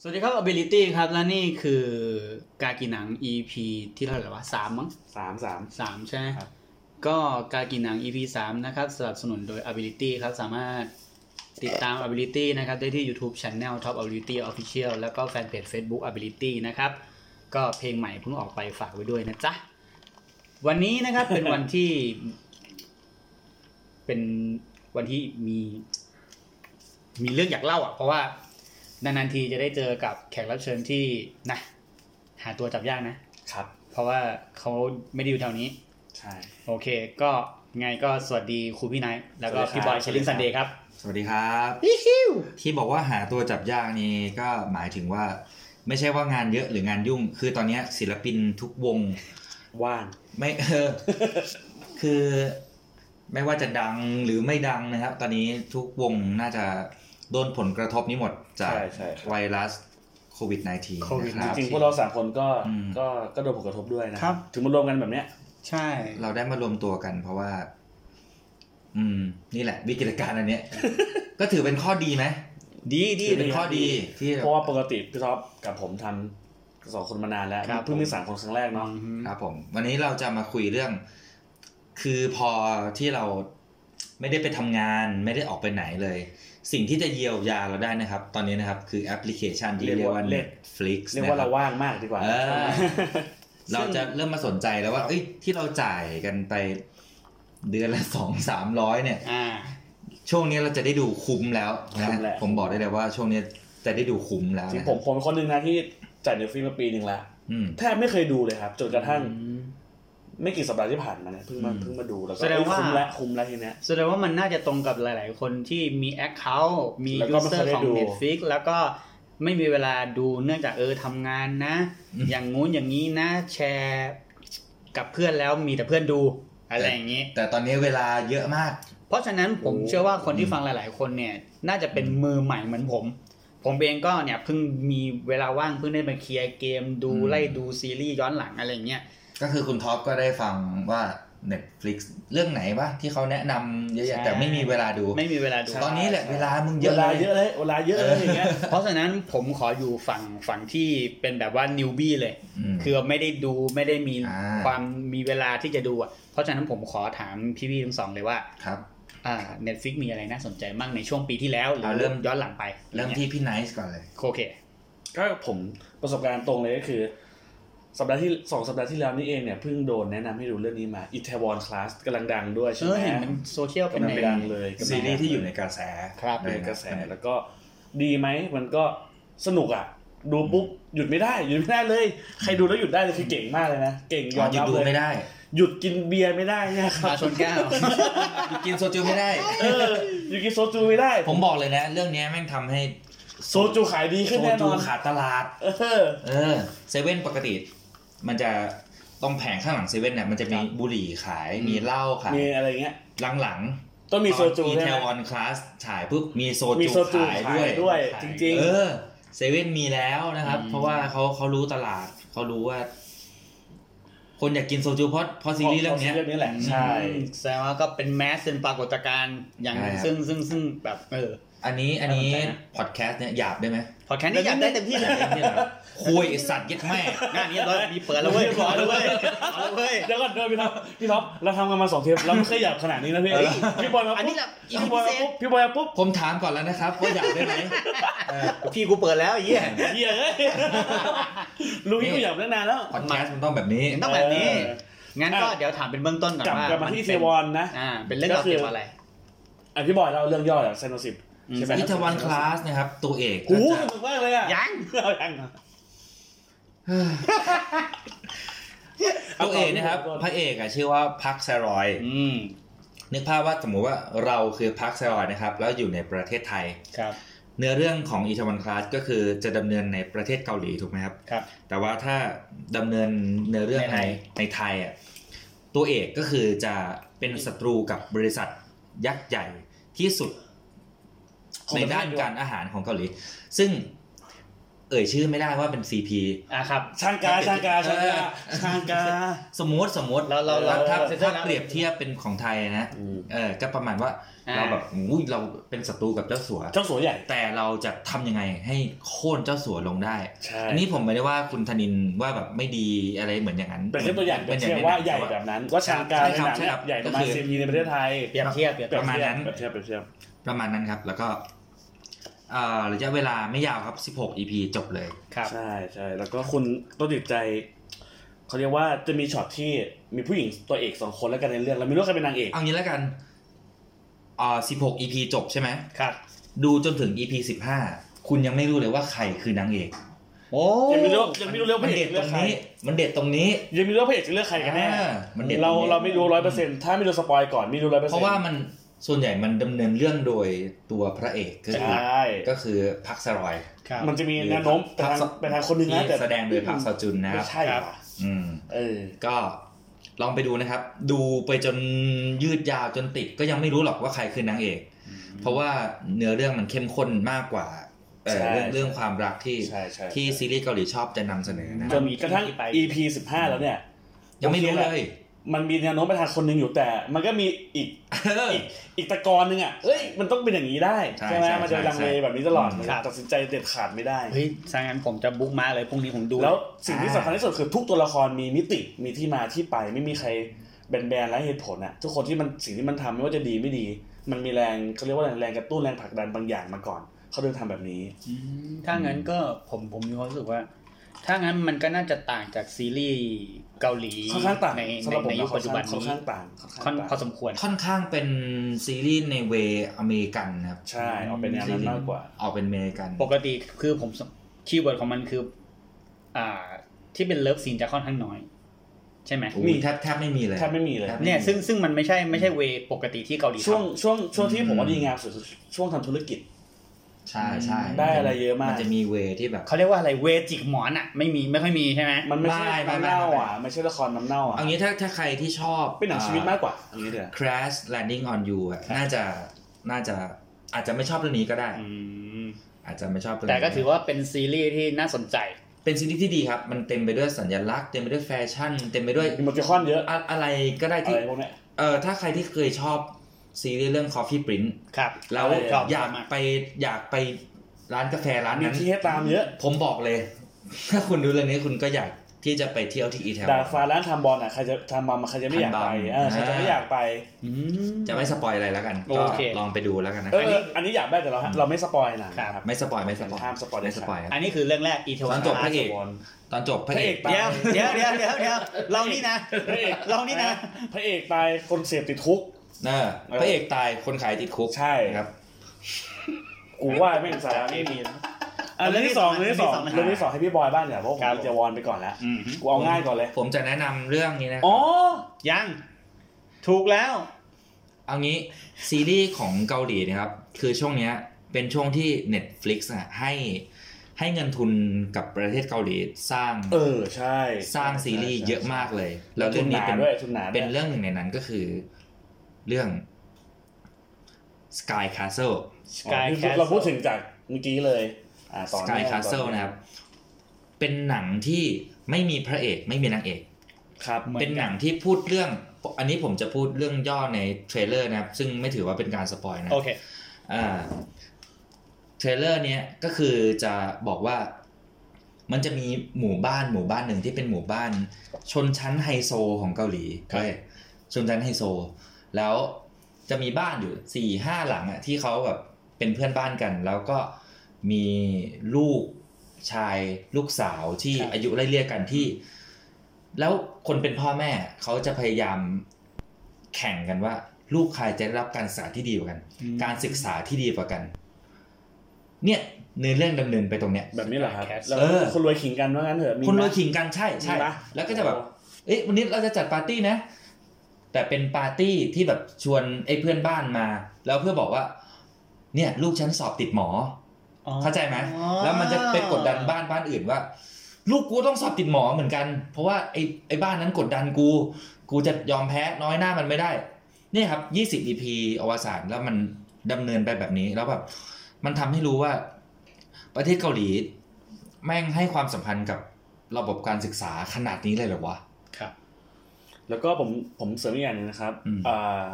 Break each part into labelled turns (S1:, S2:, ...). S1: สวัสดีครับ Ability ครับ และนี่คือกากิหนัง EP ที่เท่าไหร่วะสามมั้ง
S2: สามสาม
S1: สามใช่ไหม
S2: ครับ
S1: ก็กากิหนัง EP สามนะครับสนับสนุนโดย Ability ครับสามารถติดตาม Ability นะครับ ได้ที่ YouTube Channel Top Ability Official แล้วก็แฟนเพจ Facebook Ability นะครับ ก็เพลงใหม่เพิ่งออกไปฝากไว้ด้วยนะจ๊ะ วันนี้ นะครับ เป็นวันที่ เป็นวันที่มี มีเรื่องอยากเล่าอ่ะ เพราะว่านานๆทีจะได้เจอกับแขกรับเชิญที่นะหาตัวจับยากนะ
S2: ครับ
S1: เพราะว่าเขาไม่ได้อยู่แถวนี้
S2: ใช่
S1: โอเค ก็ไงก็สวัสดีครูพี่ไนท์แล้วก็
S2: สวัสดี
S1: พี่
S2: ครับ
S1: บอยเชลิงซันเดย์ครับ
S2: สวัสดีครับ
S1: พี่คิว
S2: ที่บอกว่าหาตัวจับยากนี่ก็หมายถึงว่า ไม่ใช่ว่างานเยอะหรืองานยุ่ง คือตอนเนี้ยศิลปินทุกวง
S3: ว่าน
S2: ไม่ เออ คือ ไม่ว่าจะดังหรือไม่ดังนะครับ ตอนนี้ทุกวงน่าจะโดนผลกระทบนี้หมดจาก
S3: ใช่ใช่ครับ
S2: ไวรัสโควิด -19 นะครับ
S3: จริงๆพวกเราสามคนก็
S2: อืม
S3: ก็ก็โดนผลกระทบด้วยนะครับ ถึงมารวมกันแบบเนี้ย
S1: ใช่
S2: เราได้มารวมตัวกันเพราะว่า อืม นี่แหละ วิกฤตการณ์อันเนี้ย ก็ถือเป็นข้อดีไหม
S1: ดีดี
S2: ถือเป็นข้อดีที่
S3: เพราะว่าปกติพี่ท็อปกับผมทำสองคนมานานแล้ว
S1: ครับ
S3: เพิ่งมีสามคนครั้งแรกเนาะ
S2: ครับผมวันนี้เราจะมาคุยเรื่อง คือพอที่เราไม่ได้ไปทำงาน ไม่ได้ออกไปไหนเลย สิ่งที่จะเยียวยาเราได้นะครับ ตอนนี้นะครับ คือแอปพลิเคชันที่เรียกว่า Netflix
S3: เรียกว่า
S2: นะค
S3: เรา
S2: บ
S3: ว่างมากดีกว่า
S2: เออ
S1: ซึ่ง
S2: เราจะเริ่มมาสนใจแล้วว่าเอ้ยที่เราจ่ายกันไปเดือนละสองสามร้อยเนี่ย
S1: อ่า
S2: ช่วงนี้เราจะได้ดูคุ้มแล้วนะ
S3: ำแหละ
S2: ผมบอกได้เลยว่า ช่วงนี้จะได้ดูคุ้มแล้ว
S3: จริงๆ
S2: นะ
S3: ผมผมเป็นคนหนึ่งนะที่จ่ายเนฟิลมาปีหนึ่งละ
S2: อืม
S3: แทบไม่เคยดูเลยครับ จนกระทั่งไม่กี่สัปดาห์ที่ผ่านมาเนี่ยเพิ่งมา
S2: อืม
S3: เพิ่งมาดูแล้วก็
S1: แสดง
S3: เอ้ย
S1: ว่า
S3: คุ้มและคุ้มและทีเนี้ย
S1: แสดงว่ามันน่าจะตรงกับหลาย ๆ คนที่มี Account มี
S3: แล้วก็ไม่ค่
S1: User
S3: อยได้
S1: ของ
S3: ดู
S1: Netflix แล้วก็ไม่มีเวลาดูเนื่องจากเออทำงานนะ
S2: อืม
S1: อย่างงู้นอย่างนี้นะ แชร์กับเพื่อนแล้วมีแต่เพื่อนดู อะไรอย่างนี้
S2: แต่ตอนนี้เวลาเยอะมาก
S1: เพราะฉะนั้นผม
S3: โอ้
S1: เชื่อว่าคนที่ฟังหลาย ๆ คนเนี่ย น่าจะเป็นมือใหม่เหมือนผม ผมเองก็เนี่ยเพิ่งมีเวลาว่างเพิ่งได้มาเคลียร์เกมดู
S2: อืม
S1: ไล่ดูซีรีส์ย้อนหลังอะไรอย่างเงี้ย
S2: ก็คือคุณท็อปก็ได้ฟังว่า Netflix เรื่องไหนวะที่เขาแนะนำเยอะ
S1: ใช่
S2: แยะแต่ไม่มีเวลาดู
S1: ไม่มีเวลาดู
S2: ตอนนี้แหละเวลามึงเย
S3: เว
S2: อะ
S3: ลา
S2: เล
S3: เย
S2: ย
S3: อะเลยเวลาเยอะเลยอย่างเงี้ย
S1: เพราะฉะนั้นผมขออยู่ฝั่งฝั่งที่เป็นแบบว่านิวบี้เลย
S2: อืม
S1: คือไม่ได้ดูไม่ได้มี
S2: อ่า
S1: ความมีเวลาที่จะดูอ่ะ เพราะฉะนั้นผมขอถามพี่ๆทั้งสองเลยว่า
S2: ครับ
S1: อ่า Netflix มีอะไรน่าสนใจบ้างในช่วงปีที่แล้วหรือ
S2: เอาเริ่ม
S1: ย้อนหลังไป
S2: เริ่มที่พี่ไนท์ก่อนเลย
S1: โอเค
S3: ก็ผมประสบการณ์ตรงเลยก็คือ สัปดาห์ที่สองสัปดาห์ที่แล้วนี่เองเนี่ยเพิ่งโดนแนะนำให้ดูเรื่องนี้มาอิตาลีคลาสกำลังดังด้วยใช่
S1: เอ
S3: ไห
S1: อ
S3: ม
S1: เห็นมันโซเชียลเป็น
S3: กำลัง
S1: ใน
S3: ดังเลยกำลังดัง
S2: ซีรีส์ที่อยู่ในกระแส
S1: ครับ
S3: ใน
S2: ได้
S3: กระแสแล้วก็ดีไหมมันก็สนุกอ่ะ ดูปุ๊บหยุดไม่ได้หยุดไม่ได้เลย ใครดูแล้วหยุดได้เลยคือเก่งมากเลยนะเก่งย
S2: ย
S3: อ
S2: อ
S3: ม
S2: ม
S3: รับ
S2: ดู
S3: เลย
S2: ไม่ได้
S3: หยุดกินเบียร์ไม่ได้เนะครั
S1: มา
S3: บ
S1: ชนแก้ว
S2: กินโซจูไม่ได้
S3: เออหยุดกินโซจูไม่ได้
S2: ผมบอกเลยนะ เรื่องนี้แม่งทำให้
S3: โซจูขายดีขึ้น
S2: โซ
S3: แน่น
S2: จู
S3: อน
S2: ขาดตลาด
S3: เออ
S2: เออเซเว่นปกติ มันจะต้องแผงข้างหลังเซเว่นเนี่ยมันจะมี
S3: ครับ
S2: บุหรี่ขายมีเหล้าขาย
S3: มีอะไรเงี้ย
S2: หลัง
S3: ต้อง
S2: ๆ
S3: มีโซจู
S2: อี
S3: ใช่
S2: เท
S3: ไห
S2: ว
S3: ม
S2: อนคลาสฉายปุ๊บมีโซ
S3: มีโซจู
S2: จูขา
S3: ขาย ย
S2: ด้วย
S3: ด้วย
S1: ขาย
S3: จริง
S2: เออเซเว่นมีแล้วนะครับ
S1: อืม
S2: เพราะว่าเขาเขารู้ตลาดเขารู้ว่า คนอยากกินโซจูเพราะเพราะซีรีส์เรื่องเนี้ย
S3: เรื่องนี้แหละ ใช่
S1: อืมแสดงว่าก็เป็นแมสเป็นปรากฏการณ์อย่างหนึ่ง
S2: ใช่
S1: ซึ่งซึ่งซึ่งแบบเออ
S2: อันนี้อันนี้
S3: น่าสนใจนะ
S2: พอดแคสต์เนี่ยหยาบได้ไหม
S1: พอแค่นี้อยากได้เต็มที่เลย
S2: คุยไอ้สัตว์ยัดแม่
S1: งานนี้เรามีเปิดแล้วเว้ยขอแล้วเว้ยขอแล้วเว้ย
S3: เดี๋ยวก่อนเดี๋ยวพี่ท็อปพี่ท็อปเราทำกันมาสองเทปเราไม่เคยหยาบขนาดนี้นะพี่พี่บอยมา
S1: อัน
S3: ปุ๊
S1: นี้
S3: บ
S1: แหละอีพี
S3: พี่บ
S1: พิ
S3: อย
S1: เศษ
S3: มาปุ๊บพี่บอยมาปุ๊บ
S2: ผมถามก่อนแล้วนะครับว่าหยาบได้ไหมเออ
S1: พี่กูเปิดแล้วไอ้เหี้ย
S3: เหี้ยเอ้ยรู้พี่กูหยาบตั้งนานแล้ว
S2: พอดแคสต์มันต้องแบบนี้
S1: ต้องแบบนี้
S3: เออ
S1: งั้นก็
S3: อ่ะ
S1: เดี๋ยวถามเป็นเบื้องต้นก่อน
S3: กลับ
S1: ว่าก
S3: ลับมาที่เทวอนนะ
S1: อ่า เป็นเรื่องราว
S3: ก็คือ
S1: เกี่ยวกับอะไร
S3: อ่ะพี่บอยเราเรื่องย่ออะไซโนสิบใช่ไหม
S2: อิทวันคลาสนะครับ ตัวเอก
S3: โอ้โหส
S2: ก็จะ
S3: นุกมากเลยอ่ะ
S1: ยัง
S3: เอายังอ่ะ เอา
S2: ตัวเอกนะครับ
S3: เอาก่อน
S2: พระเอกอะชื่อว่าพักไซรอยด์
S1: อืม
S2: นึกภาพว่าสมมุติว่าเราคือพักไซรอยด์นะครับ แล้วอยู่ในประเทศไทย
S1: ครับ
S2: เนื้อเรื่องของอีทวันคลาสก็คือจะดำเนินในประเทศเกาหลีถูกไหมครับ
S1: ครับ
S2: แต่ว่าถ้าดำเนินเนื้อเรื่อง
S1: ในไท
S2: ใน
S1: ย
S2: ในไทยอ่ะตัวเอกก็คือจะเป็นศัตรูกับบริษัทยักษ์ใหญ่ที่สุด
S3: ของ
S2: ใน
S3: ประเทศ
S2: ด้านการอาหารของเกาหลี ซึ่ง เอ่ยชื่อไม่ได้ว่าเป็น CP
S1: อ่ะครับ
S3: ช่างกาช่างกาช่างกา
S2: เออ
S3: ช่างกา
S2: สมมติสมมติ
S1: เราเรา
S2: ถ้ถ้า
S1: เรา
S2: ถ้า
S1: เรา
S2: เปรียบเทียบเป็นของไทยนะ
S3: อืม
S2: เออก็ประมาณว่าเราแบบอุ้ยเราเป็นศัตรูกับเจ้าสัว
S3: เจ้าสัวใหญ่
S2: แต่เราจะทำยังไงให้โค่นเจ้าสัวลงได้
S3: ใช่
S2: อันนี้ผมไม่ได้ว่าคุณธนินว่าแบบไม่ดีอะไรเหมือนอย่างนั้น
S3: เป็นเรื่องตัวอย่างเป็นเชื่อ
S2: ใน
S3: ว่า
S2: หนัง
S3: ใหญ่
S2: ต่
S3: แบบนั้นว่าช่างกา
S2: ใช่
S3: ใน
S2: ครับ
S3: หนัง
S2: ใช่ครับ
S3: ใหญ่ประมาณ
S2: ก็คือ
S3: ซีพีในประเทศไทย
S1: เปรียบเทียบเปรียบ
S3: เปรีย
S1: เทีย
S3: บบ
S2: ระ
S3: เทียบ
S2: มาณนั้น
S3: เปรียบเทียบเปรียบเทียบ
S2: ประมาณนั้นครับ แล้วก็เอ่อระยะเวลาไม่ยาวครับ 16 EP จบเลย
S1: ครับ
S3: ใช่ใช่แล้วก็คุณต้นจิตใจเขาเรียกว่าจะมีช็อตที่มีผู้หญิงตัวเอกสองคนแล้วกันในเรื่องแล้วไม่รู้ว่าใครเป็นนางเอก
S2: เอางี้แล้วกันเอ่อ16 EP จบใช่ไหม
S1: ครับ
S2: ดูจนถึง EP 15 คุณยังไม่รู้เลยว่าใครคือนางเอก
S1: โอ้
S3: ยังไม่รู้ยังไม่รู้เรื่องพ
S2: มัน
S3: ระเอ
S2: เด็
S3: ก
S2: ด
S3: เลื
S2: ต
S3: อ
S2: ร
S3: ก
S2: ง
S3: ใคร
S2: นี้ มันเด็ดตรงนี้
S3: ยังไม่รู้ว่าพระเอกจะเลือกใครกันแน่
S2: อ่ามันเด็ด
S3: เรา
S2: ตรงนี้
S3: เราไม่รู้ร้อยเปอร์เซ็นต์ถ้าไม่รู้สปอยก่อนไม่รู้ร้อยเปอร์
S2: เพ
S3: เซ็นต์
S2: ราะว่ามันส่วนใหญ่มันดำเนินเรื่องโดยตัวพระเอกก็
S3: ใช
S2: คือ่ ก็คือพักสรอย
S1: ครับ
S3: มันจะมีแนวโน้มไปทาง
S2: พักส
S3: ไปทางคนหนึงนะ
S2: ที่
S3: แต่
S2: แสดงโดยพักสจุนนะค
S3: ไม่
S2: รับ
S3: ใช่
S1: ครับ
S3: ว่ะ
S2: อืม
S3: เออ
S2: ก็ลองไปดูนะครับ ดูไปจนยืดยาวจนติดก็ยังไม่รู้หรอกว่าใครคือนางเอก เพราะว่าเนื้อเรื่องมันเข้มข้นมากกว่าเอ่อ
S3: ใช่
S2: เรื่องเรื่องความรักที่
S3: ใช่ใช่
S2: ที่ซีรีส์เกาหลีชอบจะนำเสนอนะ
S3: จ
S2: ครับ
S3: นกระทั่ง
S1: ที่ไป
S3: EP สิบห้าแล้วเนี่ย
S2: ยังไม่รู้เลย
S3: มันมีแนวโน้มไปทางคนหนึ่งอยู่แต่ มันก็มีอีกอีกอีกตะกอนหนึ่งอ่ะเอ้ยมันต้องเป็นอย่างนี้ได้
S2: ใช่
S3: ใช่ไหม
S2: ใช่
S3: มันจะลังเล
S2: ใช่
S3: แบบนี้ตลอด
S2: อืม
S3: มันตัดสินใจเด็ดขาดไม่ได้
S1: เฮ้ยถ้างั้นผมจะบุ๊กมาเลยพรุ่งนี้ผมดู
S3: แล้วสิ่งที่สำคัญที่สุดคือทุกตัวละครมีมิติมีที่มาที่ไป ไม่มีใครแบนๆไร้เหตุผลอ่ะทุกคนที่มันสิ่งที่มันทำไม่ว่าจะดีไม่ดี มันมีแรงเขาเรียกว่าแรงแรงกระตุ้นแรงผลักดันบางอย่างมาก่อนเขาเดินทำแบบนี้
S1: อืมถ้างั้นก็ผมผมมีความรู้สึกว่า ถ้างั้นมันก็น่าจะต่างจากซีรีส์เกาหลี
S3: ค่อนข้างต่าง
S1: ใน
S3: สำ
S1: ใน
S3: หรับผม
S1: ในยุคปัจจุบัน
S3: ค่อน
S1: นี้
S3: ข้างต่างค่อน
S1: ค่อ
S3: ข้าน งต่าง
S1: พอสมควร
S2: ค่อนข้างเป็นซีรีส์ในเวอเมริกันนะครับ
S3: ใช่ออกเป็นแนวนั้นมากกว่า
S2: ออกเป็นอเมริกัน
S1: ปกติคือผมคีย์เวิร์ดของมันคือ อ่า ที่เป็นเลิฟซีนจะค่อนข้างน้อย ใช่ไหม
S2: โอ้โห
S3: มี
S2: แทบแทบไม่มีเลย
S3: แทบไม่มีเลย
S2: แทบไ
S1: เนี่ยซึ่งซึ่งมันไม่ใช่ไม่ใช่เวปกติที่เกาหลีทำ
S3: ช่วงช่วงช่วงที่
S2: อืม
S3: ผมว่าดีงามสุดคือช่วงทำธุรกิจ
S2: ใช่ใช่
S3: ได้อะไรเยอะมาก
S2: มันจะมีเวที่แบบ
S1: เขาเรียกว่าอะไรเวจิกหมอนอะไม่มีไม่ค่อยมีใช่ไหม
S3: มันไม่ใช่น้ำ
S2: ไม่ไม่ไม่
S3: เน่าอ่ะไม่ใช่ละครน้ำเน่าอ่ะ
S2: เอางี้ถ้าถ้าใครที่ชอบ
S3: เป็นหนังชีวิตมากกว่าอันนี้เถ
S2: เอ่อ
S3: อะ
S2: Crash Landing on You อะน่าจะน่าจะอาจจะไม่ชอบเรื่องนี้ก็ได้ อาจจะไม่ชอบเรื่อง
S1: แต่
S2: นี้
S1: ก็ถือว่าเป็นซีรีส์ที่น่าสนใจ
S2: เป็นซีรีส์ที่ดีครับ มันเต็มไปด้วยสัญลักษณ์เต็มไปด้วยแฟชั่น เต็มไปด้วย
S3: มีโมจิคอนเยอะ
S2: อะอะไรก็ได้
S3: อะไร
S2: ที่
S3: พวกเนี้ย
S2: เออถ้าใครที่เคยชอบซีรีส์เรื่อง Coffee Print
S1: ครับ
S2: แล้ว
S3: เออชอบ
S2: อยากไปอยากไปร้านกาแฟร้าน
S3: มี
S2: นั้น
S3: ที่ให้ตามเยอะ
S2: ผมบอกเลย ถ้าคุณดูเรื่องนี้คุณก็อยากที่จะไปเที่ยวที่อีแทว
S3: ดาดฟ้าร้านทำบอลอ่ะใครจะทำบอลมาใครจะไม่อยากไป
S2: ทำบอล
S3: เออใครจะไม่อยากไป
S1: อืม
S2: จะไม่สปอยอะไรแล้วกัน
S1: โอ
S2: ก็
S1: เค
S2: ลองไปดูแล้วกันนะ
S3: เออ
S2: ครับ
S3: อันนี้อยากได้แต่เราเราไม่สปอยหนัง
S1: ครับ
S3: นะครับ
S2: ไม่สปอยไม่สปอย
S3: ห้ามสปอยเด็
S2: ไม่
S3: ด
S2: ส
S3: ขาด
S2: ปอยครับ
S1: อันนี้คือเรื่องแรกอีเท
S2: ต
S1: วั
S2: อน นจบพระเอก
S3: บอล
S2: ตอนจบพระเอก
S3: พระเอก
S1: เดี๋ยวเดี๋ยวเดี๋ยวเดี๋ยวเดี๋ยวเรานี่นะ
S3: พระเอก
S1: เรานี่นะ
S3: พระเอกตายคนเสพติดคุก
S2: เออพระเอกตายคนขายติดคุก
S3: ใช่
S2: ครับ
S3: กูว่าแม่งสาระไม่มีนะอันเรื่องที่สองเรื่องที่สอง
S1: เรื่
S3: เรื่อ
S1: อง งที่
S3: ที่ส
S1: ส
S3: อ
S1: อง ง
S3: ให้พี่บอยบ้างเนี่ยเพราะผม
S1: ครับ
S3: มีเจวอนไปก่อนแล้ว
S1: อืม
S3: กูเอาง่ายก่อนเลย
S2: ผมจะแนะนำเรื่องนี้นะ
S3: อ๋อ
S1: ยัง ถูกแล้ว
S2: เอางี้ซีรีส์ของเกาหลีนะครับ คือช่วงเนี้ยเป็นช่วงที่ Netflix อะให้ให้เงินทุนกับประเทศเกาหลีสร้าง
S3: เออใช่
S2: สร้างซีรีส์เยอะมากเลย แล้
S3: แล้วว
S2: เรื่
S3: ทุ
S2: อน ง
S3: ห
S2: นี้
S3: นา
S2: เป็น
S3: ด้วยทุนหนาด้วย
S2: เป็นเรื่องหนึ่งในนั้นก็คือ เรื่อง Sky Castle
S1: Sky
S3: อ๋อ
S1: Castle
S3: เราพูดถึงจากเมื่อกี้เลยอ่าต่อ
S2: Sky
S3: เนื่อง
S2: Castle
S3: ต่อเอง
S2: นะครับ เป็นหนังที่ไม่มีพระเอกไม่มีนางเอก
S3: ครับ
S1: เหมือน
S2: เป็นหนังที่พูดเรื่อง อันนี้ผมจะพูดเรื่องย่อในเทรลเลอร์นะครับ ซึ่งไม่ถือว่าเป็นการสปอยนะ
S1: โอเค
S2: อ่าเทรลเลอร์เนี้ยก็คือจะบอกว่ามันจะมีหมู่บ้านหมู่บ้านหนึ่งที่เป็นหมู่บ้าน ชนชั้นไฮโซของเกาหลี
S3: ครับ
S2: เว้ยชนชั้นไฮโซ แล้วจะมีบ้านอยู่สี่ห้าหลังอะที่เขาแบบเป็นเพื่อนบ้านกัน แล้วก็มีลูกชายลูกสาวที่
S1: ครับ
S2: อายุไล่เลี่ยกันที่ แล้วคนเป็นพ่อแม่เขาจะพยายามแข่งกันว่า ลูกใครจะได้รับการศึกษาที่ดีกว่ากัน
S1: อืม
S2: การศึกษาที่ดีกว่ากัน เนี่ยเนื้อเรื่องดำเนินไปตรงเนี้ย
S3: แบบนี้เหรอครับ
S1: Sky Castle
S3: แล้ว
S2: เออ
S3: คนรวยขิงกันว่างั้นเถอะมี
S2: คนร
S3: ไหม
S2: วยขิงกันใช่ใช่
S3: มีปะ
S2: แล้วก็จะแบบ เอ๊ะวันนี้เราจะจัดปาร์ตี้นะ แต่เป็นปาร์ตี้ที่แบบชวนไอ้เพื่อนบ้านมา แล้วเพื่อบอกว่า เนี่ย ลูกฉันสอบติดหมอ เข้าใจไหมแล้วมันจะไปกดดันบ้านบ้านอื่นว่า ลูกกูต้องสอบติดหมอเหมือนกัน เพราะว่าไอ้ไอ้บ้านนั้นกดดันกู กูจะยอมแพ้น้อยหน้ามันไม่ได้ เนี่ยครับ 20 EP อวสานแล้วมันดำเนินไปแบบนี้แล้วแบบมันทำให้รู้ว่า ประเทศเกาหลี แม่งให้ความสัมพันธ์กับระบบการศึกษาขนาดนี้เลยเหรอวะ
S1: ครับ
S3: แล้วก็ผมผมเสริมอีกอย่างหนึงนะครับ
S2: อืม
S3: อ่า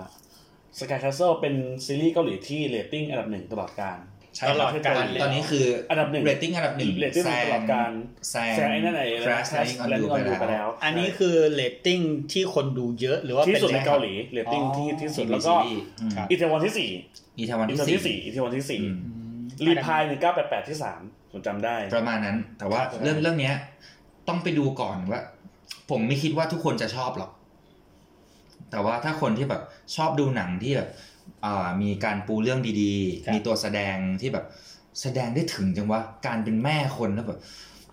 S3: สกายแคสเซิลเป็นซีรีส์เกาหลีที่เรตติ้งอันดับหนึ่งตลอดการ
S2: ใช่
S1: ตลอดกา
S2: ต
S1: ร
S2: อน
S1: เลย
S2: ตอนนี้คืออั
S3: นดับหนึ่ง
S2: เรตติ้งอันดับหนึ่ง
S3: rating ตลอดการ
S2: แซง
S3: แซงไอ้นั่นไอ้
S2: คราชไลท์ออน
S3: แลน
S2: ดู
S3: ด์ออนดู
S2: ไป
S3: ไป
S2: แล้
S3: แล้ว ว
S1: อันนี้คือเลตติ้งที่คนดูเยอะ หรือว่า
S3: ที่
S1: เป็น
S3: สุดใน
S1: รต
S3: เกาหลีเรตติ้ง
S1: อ๋อ
S3: ที่ที่สุด
S2: ที่มี
S3: แล้วก็
S2: ซีรีส์อืม
S3: อีเทวอนที่สี่
S2: อีทาวัน
S3: อี
S2: ที่
S3: เทวอนที่สี่
S2: สี่
S3: อีเทวอนที่สี่
S2: อืม
S1: อืม
S3: รีพายหนึ่งเก้าแปดแปดที่สามผมจำได้
S2: ประมาณนั้น แต่ว่า
S3: ครับ
S2: เรื่องเรื่องเนี้ย ต้องไปดูก่อนว่า ผมไม่คิดว่าทุกคนจะชอบหรอก แต่ว่าถ้าคนที่แบบชอบดูหนังที่แบบอ่ามีการปูเรื่องดี
S1: ครับ
S2: ๆ มีตัวแสดงที่แบบแสดงได้ถึงจังวะการเป็นแม่คนแล้วแบบ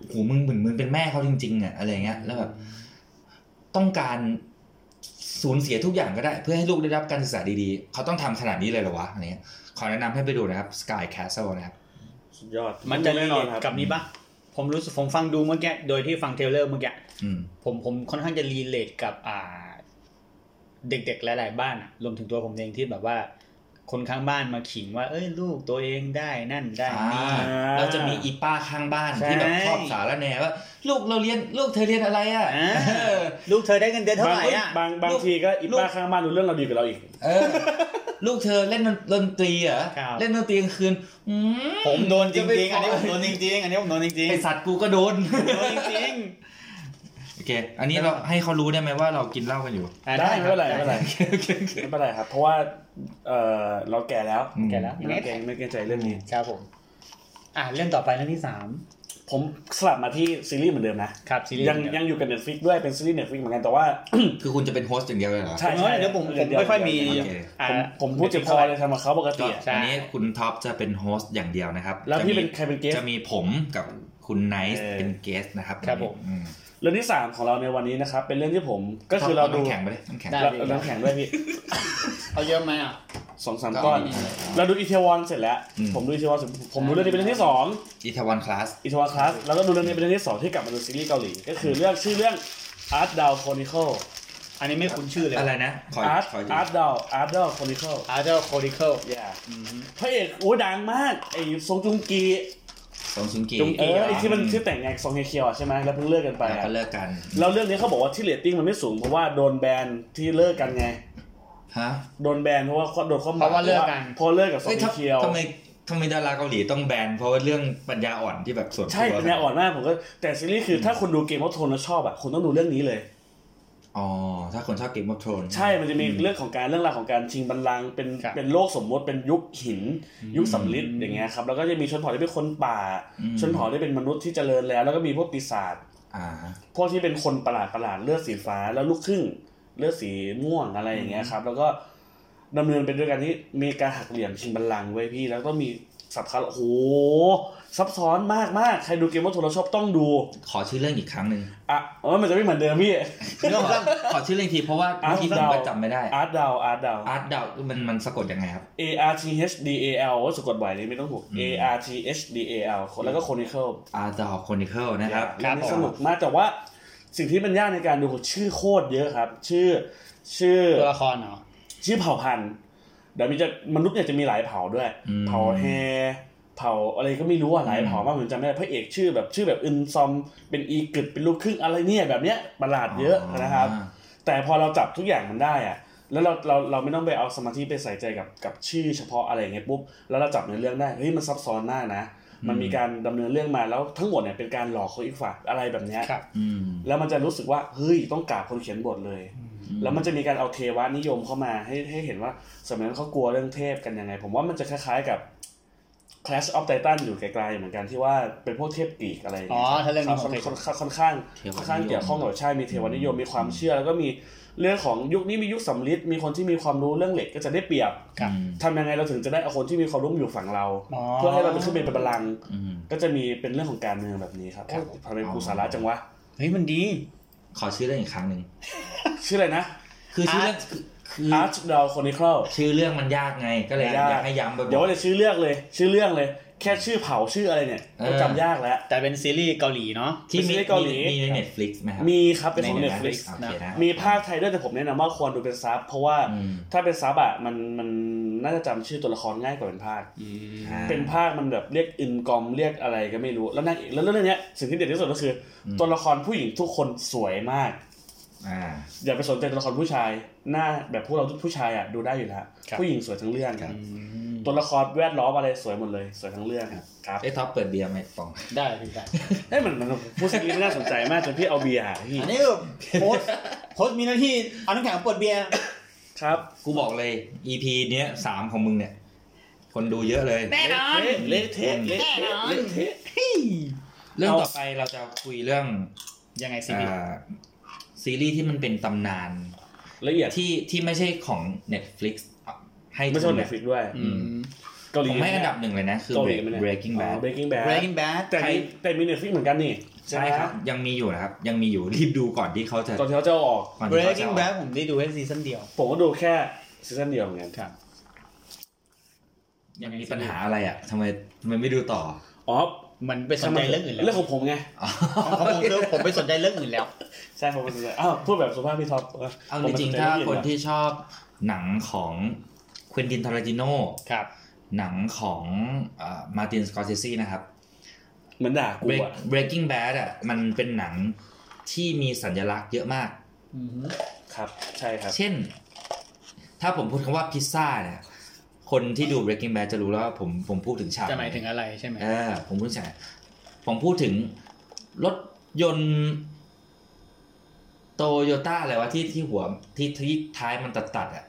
S2: โหมึงเหมือนมึงเป็นแม่เขาจริงๆอ่ะอะไรเงี้ยแล้วแบบ ต้องการสูญเสียทุกอย่างก็ได้ เพื่อให้ลูกได้รับการศึกษาดีๆ เขาต้องทำขนาดนี้เลยเหรอวะอะไรเงี้ยขอแนะนำให้ไปดูนะครับ Sky Castle นะครับ
S3: สุดยอด
S1: มันจะ
S3: ไ
S1: เล่น
S3: ครับ
S1: กับนี้ปะผมรู้สึกผมฟังดูเมื่อกี้โดยที่ฟังเทรลเลอร์เมื่อกี้
S2: อืม
S1: ผมผมค่อนข้างจะรีเลทกับอ่า เด็กๆหลายๆบ้านอะรวมถึงตัวผมเองที่แบบว่า คนข้างบ้านมาขิงว่า เอ้ยลูกตัวเองได้นั่นได้นี่
S2: อ่าเราจะมีอีป้าข้างบ้าน
S1: ใช่
S2: ที่แบบชอบสารแหนว่า ลูกเราเรียนลูกเธอเรียนอะไรอ่ะ
S1: อ่า
S2: เออ
S1: ลูกเธอได้เงินเดือนเท่าไหร่อ่ะ
S3: บางบาง
S2: ลูก
S3: ทีก็อี
S2: ลูก
S3: ป้าข้างบ้านรู้เรื่องเราดีกว่าเราอีก
S2: เออ ลูกเธอเล่นดนตรีเหรอ
S1: ครับ
S2: เล่นดนตรีกลางคืนอื
S1: ผมโดนจริงๆ อั
S2: จะ
S1: นนี้
S2: ไปข
S1: ผมโดนจริงๆ อันนี้ผมโดนจริง
S2: ไอสัตว์กูก็โดน
S1: ๆผมโดนจริง
S2: โอเค อันนี้เราให้เขารู้ได้ไหมว่าเรากินเหล้ากันอยู่
S1: ๆอ่ะ
S3: ได้ไม่เป็นไร
S1: ค
S3: ไม่
S1: บ
S3: เป็นไรไม่เป็นไรครับ เพราะว่าเออเราแก่แล้ว
S2: อืม
S1: แกแล้ว
S3: ไม่เกรงไม่เกรงใจเรื่องนี้
S1: ครับผม อ่ะเรื่องต่อไปเรื่องที่สาม
S3: ผมสลับมาที่ซีรีส์เหมือนเดิมนะครับ
S1: ซีรีส์
S3: ยังยังอยู่กับเน็ตฟิกด้วยเป็นซีรีส์เน็ตฟิกเหมือนกันแต่ว่า
S2: คือคุณจะเป็นโฮสต์อย่างเดียวเลยเหรอ
S3: ใช่
S1: เอ
S3: ใช่
S1: อเดี๋ยวผมผมไม่ค่อยมี
S2: โอเค
S1: อ่ะ
S3: ผมผมพูดเจ็บคอเลยทำกับเขาปกติอะ
S1: ใช่
S2: อันนี้คุณท็อปจะเป็นโฮสต์อย่างเดียวนะครับ
S3: แล้วพี่
S2: จะมี
S3: เป็นใครเป็นเกส
S2: จะมีผมกับคุณไนท์
S3: เออ
S2: เป็นเกสนะครับ
S1: ครับผม
S2: อื
S3: เรื่องที่สามของเราในวันนี้นะครับ เป็นเรื่องที่ผมก็คือเรา
S2: ท็ป
S3: ดู
S2: น้ำแข็งไปเลยน้ำแข็ง
S1: ได้
S3: เราเราน้ำแข็งด้วยพี่
S1: เอาเยอะไหมอ่ะ
S3: สองสาม
S2: ก็
S3: ก้อน
S2: มี
S3: เราดูอีเทวอนเสร็จแล้ว
S2: อืม
S3: ผมดูอีเทวอนเสร็จผมดูเรื่องนี้เป็นเรื่องที่สอง
S2: อีทาวันคลาส
S3: อิทวาคลาสแล้วก็ดูเรื่องนี้เป็นเรื่องที่สองที่กลับมาดูซีรีส์เกาหลี ก็คือเรื่องชื่อเรื่อง Art d o w Chronicle
S1: อันนี้ไม่คุ้นชื่อเลย
S2: อะไรนะ ขอ
S3: Art
S2: ขอ
S3: Art d o w Art d o w Chronicle
S1: อาร์เจอร์โคดิเคิล
S3: yeah พระเอกโอ้ดังมากไอ้ซงจุงกี
S2: สองซุนกี
S1: จุง
S3: เอ
S1: กี
S3: อไอ้ที่มันที่แต่งงานกับซงเฮเคียวอะใช่ไหมแล้วเพิ่งเลิกกันไป
S2: แล้ว
S3: อะ
S2: ก็เลิกกัน
S3: แล้วเรื่องนี้เขาบอกว่าที่เรตติ้งมันไม่สูงเพราะว่าโดนแบนที่เลิกกันไง
S2: ฮะ
S3: โดนแบนเพราะว่าโดนข้อหมย
S1: เพราะว่าเลิกกัน
S3: เพราะว่าเลิกกับซง
S2: เฮ้ย
S3: เฮ
S2: ทำ
S3: เคียว
S2: ทำไมทำไมดาราเกาหลีต้องแบน เพราะว่าเรื่องปัญญาอ่อนที่แบบส่วนตัว
S3: ใช่ปัญญาอ่อนมากผมก็แต่ซีรีส์คือถ้าคุณดูเกมวอโทนแล้วชอบอะคุณต้องดูเรื่องนี้เลย
S2: อ๋อ ถ้าคนชอบเกมมอฟทรน
S3: ใช่ มันจะมีเรื่องของการเรื่องราวของการชิงบัลลังก์เป็น
S1: ครับ
S3: เป็นโลกสมมติ เป็นยุคหิน ยุคสำลิดอย่างเงี้ยครับ แล้วก็จะมีชนเผ่าที่เป็นคนป่า
S2: อืม
S3: ชนเผ่าที่เป็นมนุษย์ที่เจริญแล้ว แล้วก็มีพวกปีศาจ
S2: อ่า
S3: พวกที่เป็นคนประหลาดประหลาดเลือดสีฟ้า แล้วลูกครึ่งเลือดสีม่วงอะไรอย่างเงี้ยครับ แล้วก็ดำเนินไปด้วยกันที่มีการหักเหลี่ยมชิงบัลลังก์ไว้ยพี่ แล้วก็มีสับคาโอ้โห ซับซ้อนมากมากใครดูเกมวัตถุเราชอบต้องดู
S2: ขอชื่อเรื่องอีกครั้งหนึ่ง
S3: อ่ะเออมันจะไม่เหมือนเดิมพี่
S2: ขอขอชื่อเรื่องอีกทีเพราะว่าเมื่อกี้ผมก็จำไม่ได้
S3: อาร์ตดาวอาร์ตดาว
S2: อาร์ตดาวมันมันสะกดยังไงครับ
S3: A R T H D A L ว่าสะกดบ่อยนี่ไม่ต้องห่วง A R T H D A L แล้วก็ Chronicle
S2: อาร์ตดาวคอนิเคิลนะครับ
S3: เรื่องนี้สนุกมากแต่ว่าสิ่งที่มันยากในการดูคือชื่อโคตรเยอะครับ ชื่อชื่อ
S1: ตัวละครเหรอ
S3: ชื่อเผ่าพันธุ์เดี๋ยวมีจะมนุษย์เนี่ยจะมีหลายเผ่าด้วย เผ่าแฮเผ่าอะไรก็ไม่รู้อ่ะหลายเผ่ามากผมจำไม่ได้พระเอกชื่อแบบชื่อแบบอึนซอมเป็นอีกึดเป็นลูกครึ่งอะไรเนี่ยแบบเนี้ยประหลาดเยอะนะครับ แต่พอเราจับทุกอย่างมันได้อะแล้วเราเราเราไม่ต้องไปเอาสมาธิไปใส่ใจกับกับชื่อเฉพาะอะไรอย่างเงี้ยปุ๊บ แล้วเราจับเนื้อเรื่องได้ เฮ้ยมันซับซ้อนมากนะ มันมีการดำเนินเรื่องมาแล้วทั้งหมดเนี่ยเป็นการหลอกคนอีกฝ่ายอะไรแบบเนี้ย
S1: ครับ
S2: อืม
S3: แล้วมันจะรู้สึกว่า เฮ้ยต้องกราบคนเขียนบทเลย แล้วมันจะมีการเอาเทวะนิยมเข้ามาให้ให้เห็นว่าสมัยนั้นเขากลัวเรื่องเทพกันยังไง ผมว่ามันจะคล้ายๆกับ Clash of Titan อยู่ไกลๆเหมือนกันที่ว่าเป็นพวกเทพกรีกอะไรย่างเงี้ย
S1: อ๋อถ้าเรื่องนี้ผมเคย
S3: ค่อนข้างค่อนข้าง
S2: เทว
S3: ค่อนข้าง
S2: นิยม
S3: เกี่ยวข้องกับใช่มีเทวนิยมมีความเชื่อ แล้วก็มีเรื่องของยุคนี้มียุคสำลิดมีคนที่มีความรู้เรื่องเหล็กก็จะได้เปรียบ
S1: ครับ
S3: ทำยังไงเราถึงจะได้เอาคนที่มีความรู้มาอยู่ฝั่งเรา
S1: อ๋อ
S3: เพื่อให้เราไปขึ้นเป็นบัลลังก์
S2: อืม
S3: ก็จะมีเป็นเรื่องของการเมืองแบบนี้ครับ
S1: ครับ
S3: โอ้ยทำไมกูสาระจังวะ
S1: เฮ้ยมันดี
S2: ขอชื่อเรื่องอีกครั้งหนึ่ง
S3: ชื่ออะไรนะ
S2: คือชื่อเรื่องคือคือ
S3: อาร์ตดาวคอนิคล
S2: ชื่อเรื่องมันยากไง ก็เลยอยากให้ย้ำบ่อยๆ
S3: เดี๋ยวว่าแต่ชื่อเรื่องเลย ชื่อเรื่องเลย แค่ชื่อเผาชื่ออะไรเนี่ย
S2: เออ
S3: ก็จำยากแล้ว
S1: แต่เป็นซีรีส์เกาหลีเนาะ
S2: ที่มี
S3: เป็นซีรีส์เกาหลี
S2: มีในเน็ตฟลิกซ์ไหมครั
S3: มีครับเป็น
S2: ใน
S3: ของ Netflix
S2: Netflix
S1: นะ
S2: โอเคนะ
S3: มีภาคไทยด้วยแต่ผมแนะนำว่าควรดูเป็นซับเพราะว่า
S2: อืม
S3: ถ้าเป็นซับอ่ะมันมัน น่าจะจำชื่อตัวละครง่ายกว่าเป็นภาค
S1: อืม
S2: อ่า
S3: เป็นภาคมันแบบเรียกอินกอมเรียกอะไรก็ไม่รู้แล้วนางเอกแล้วเรื่องเนี้ยสิ่งที่เด็ดที่สุดก็คืออ
S2: ม
S3: ตัวละครผู้หญิงทุกคนสวยมาก
S2: อ่า
S3: อย่าไปสนใจตัวละครผู้ชาย หน้าแบบพวกเราผู้ชายอ่ะดูได้อยู่แล้ว
S2: ครับ
S3: ผู้หญิงสวยทั้งเรื่อง
S1: อืม
S3: ตัวละครแวดล้อมอะไรสวยหมดเลยสวยทั้งเรื่องครับครับ
S2: ไอ้ท็อปเปิดเบียร์ไหมฟอง
S1: ได้พี่ได้
S3: เอ้ยมันมันผู้สิ่งนี้น่าสนใจมากจนพี่เอาเบียร์หาพี่
S1: อันนี้แบบโค้ชโค้ชมีหน้าที่เอาน้ำแข็งปวดเบียร์
S3: ครับ
S2: กูบอกเลย EP เนี้ยสามของมึงเนี่ย คนดูเยอะเลย
S3: เละเละเทะเละเทะเละเทะ
S2: เรื่อง
S3: เอา
S2: ต่อไปเราจะคุยเรื่อง
S1: ยังไงสิพี่
S2: อ่าซีรีส์ที่มันเป็นตำนาน
S3: ละเอียด
S2: ที่ที่ไม่ใช่ของ Netflix ให้
S3: ไม่ใช่
S2: ทุน
S3: เน็
S2: เนี่ย
S3: ฟิกด้วย
S2: อื
S1: อื
S2: ม
S1: ม
S3: เกาหลี
S2: ผมให้อันดับหนึ่งเลยนะ คือ
S3: เกาหลีไหมเนี่ย
S2: Breaking
S3: อ๋
S2: Bad
S3: อ Breaking Bad
S1: Breaking Bad
S3: แต่มีแต่มีเน็ตฟิกเหมือนกันนี่
S2: ใช่ครับ ยังมีอยู่นะครับ ยังมีอยู่รีบดูก่อนที่เขาจะ
S3: ตอนที่เขาจะเอาออก
S2: ก่อนที่เขาจะ
S1: Breaking Bad ผมได้ดูแค่ซีซั่นเดียว
S3: ผมก็ดูแค่ซีซั่นเดียวเหมือนกัน
S1: ครับ
S2: ยังมีปัญหาอะไรอ่ะทำไมทำไมไม่ดูต่อ
S3: อ๋อ
S1: มันไปสนใจเรื่องอื่น
S3: เรื่
S1: แล้
S3: อ
S1: ว
S3: งของผมไง
S2: อ๋อ
S1: ของผมคือผมไปสนใจเรื่องอื่นแล้ว
S3: ใช่ผมเป็นเลยอ้าวพูดแบบสุภาพพี่ท็อป
S2: เอาจริงๆถ้าคนที่ชอบหนังของควินตินทาราจิโน
S1: ครับ
S2: หนังของมาร์ตินสกอร์เซซีนะครับ
S3: เหมือนด่ากู
S2: Break-
S3: อะ
S2: Breaking Bad อ่ะมันเป็นหนังที่มีสัญลักษณ์เยอะมาก
S3: ครับ ใช่ครับ
S2: เช่น ถ้าผมพูดคำว่าพิซซ่าเนี่ยคนที่ดู Breaking Bad จะรู้แล้วว่าผมผมพูดถึงฉาก
S1: จะหมายถึงอะไรใช่ไหม
S2: เออผมพูดถึงฉากผมพูดถึงรถยนต์โตโยต้าอะไรวะที่ที่หัวที่ที่ท้ายมันตัดตัดๆอ่ะ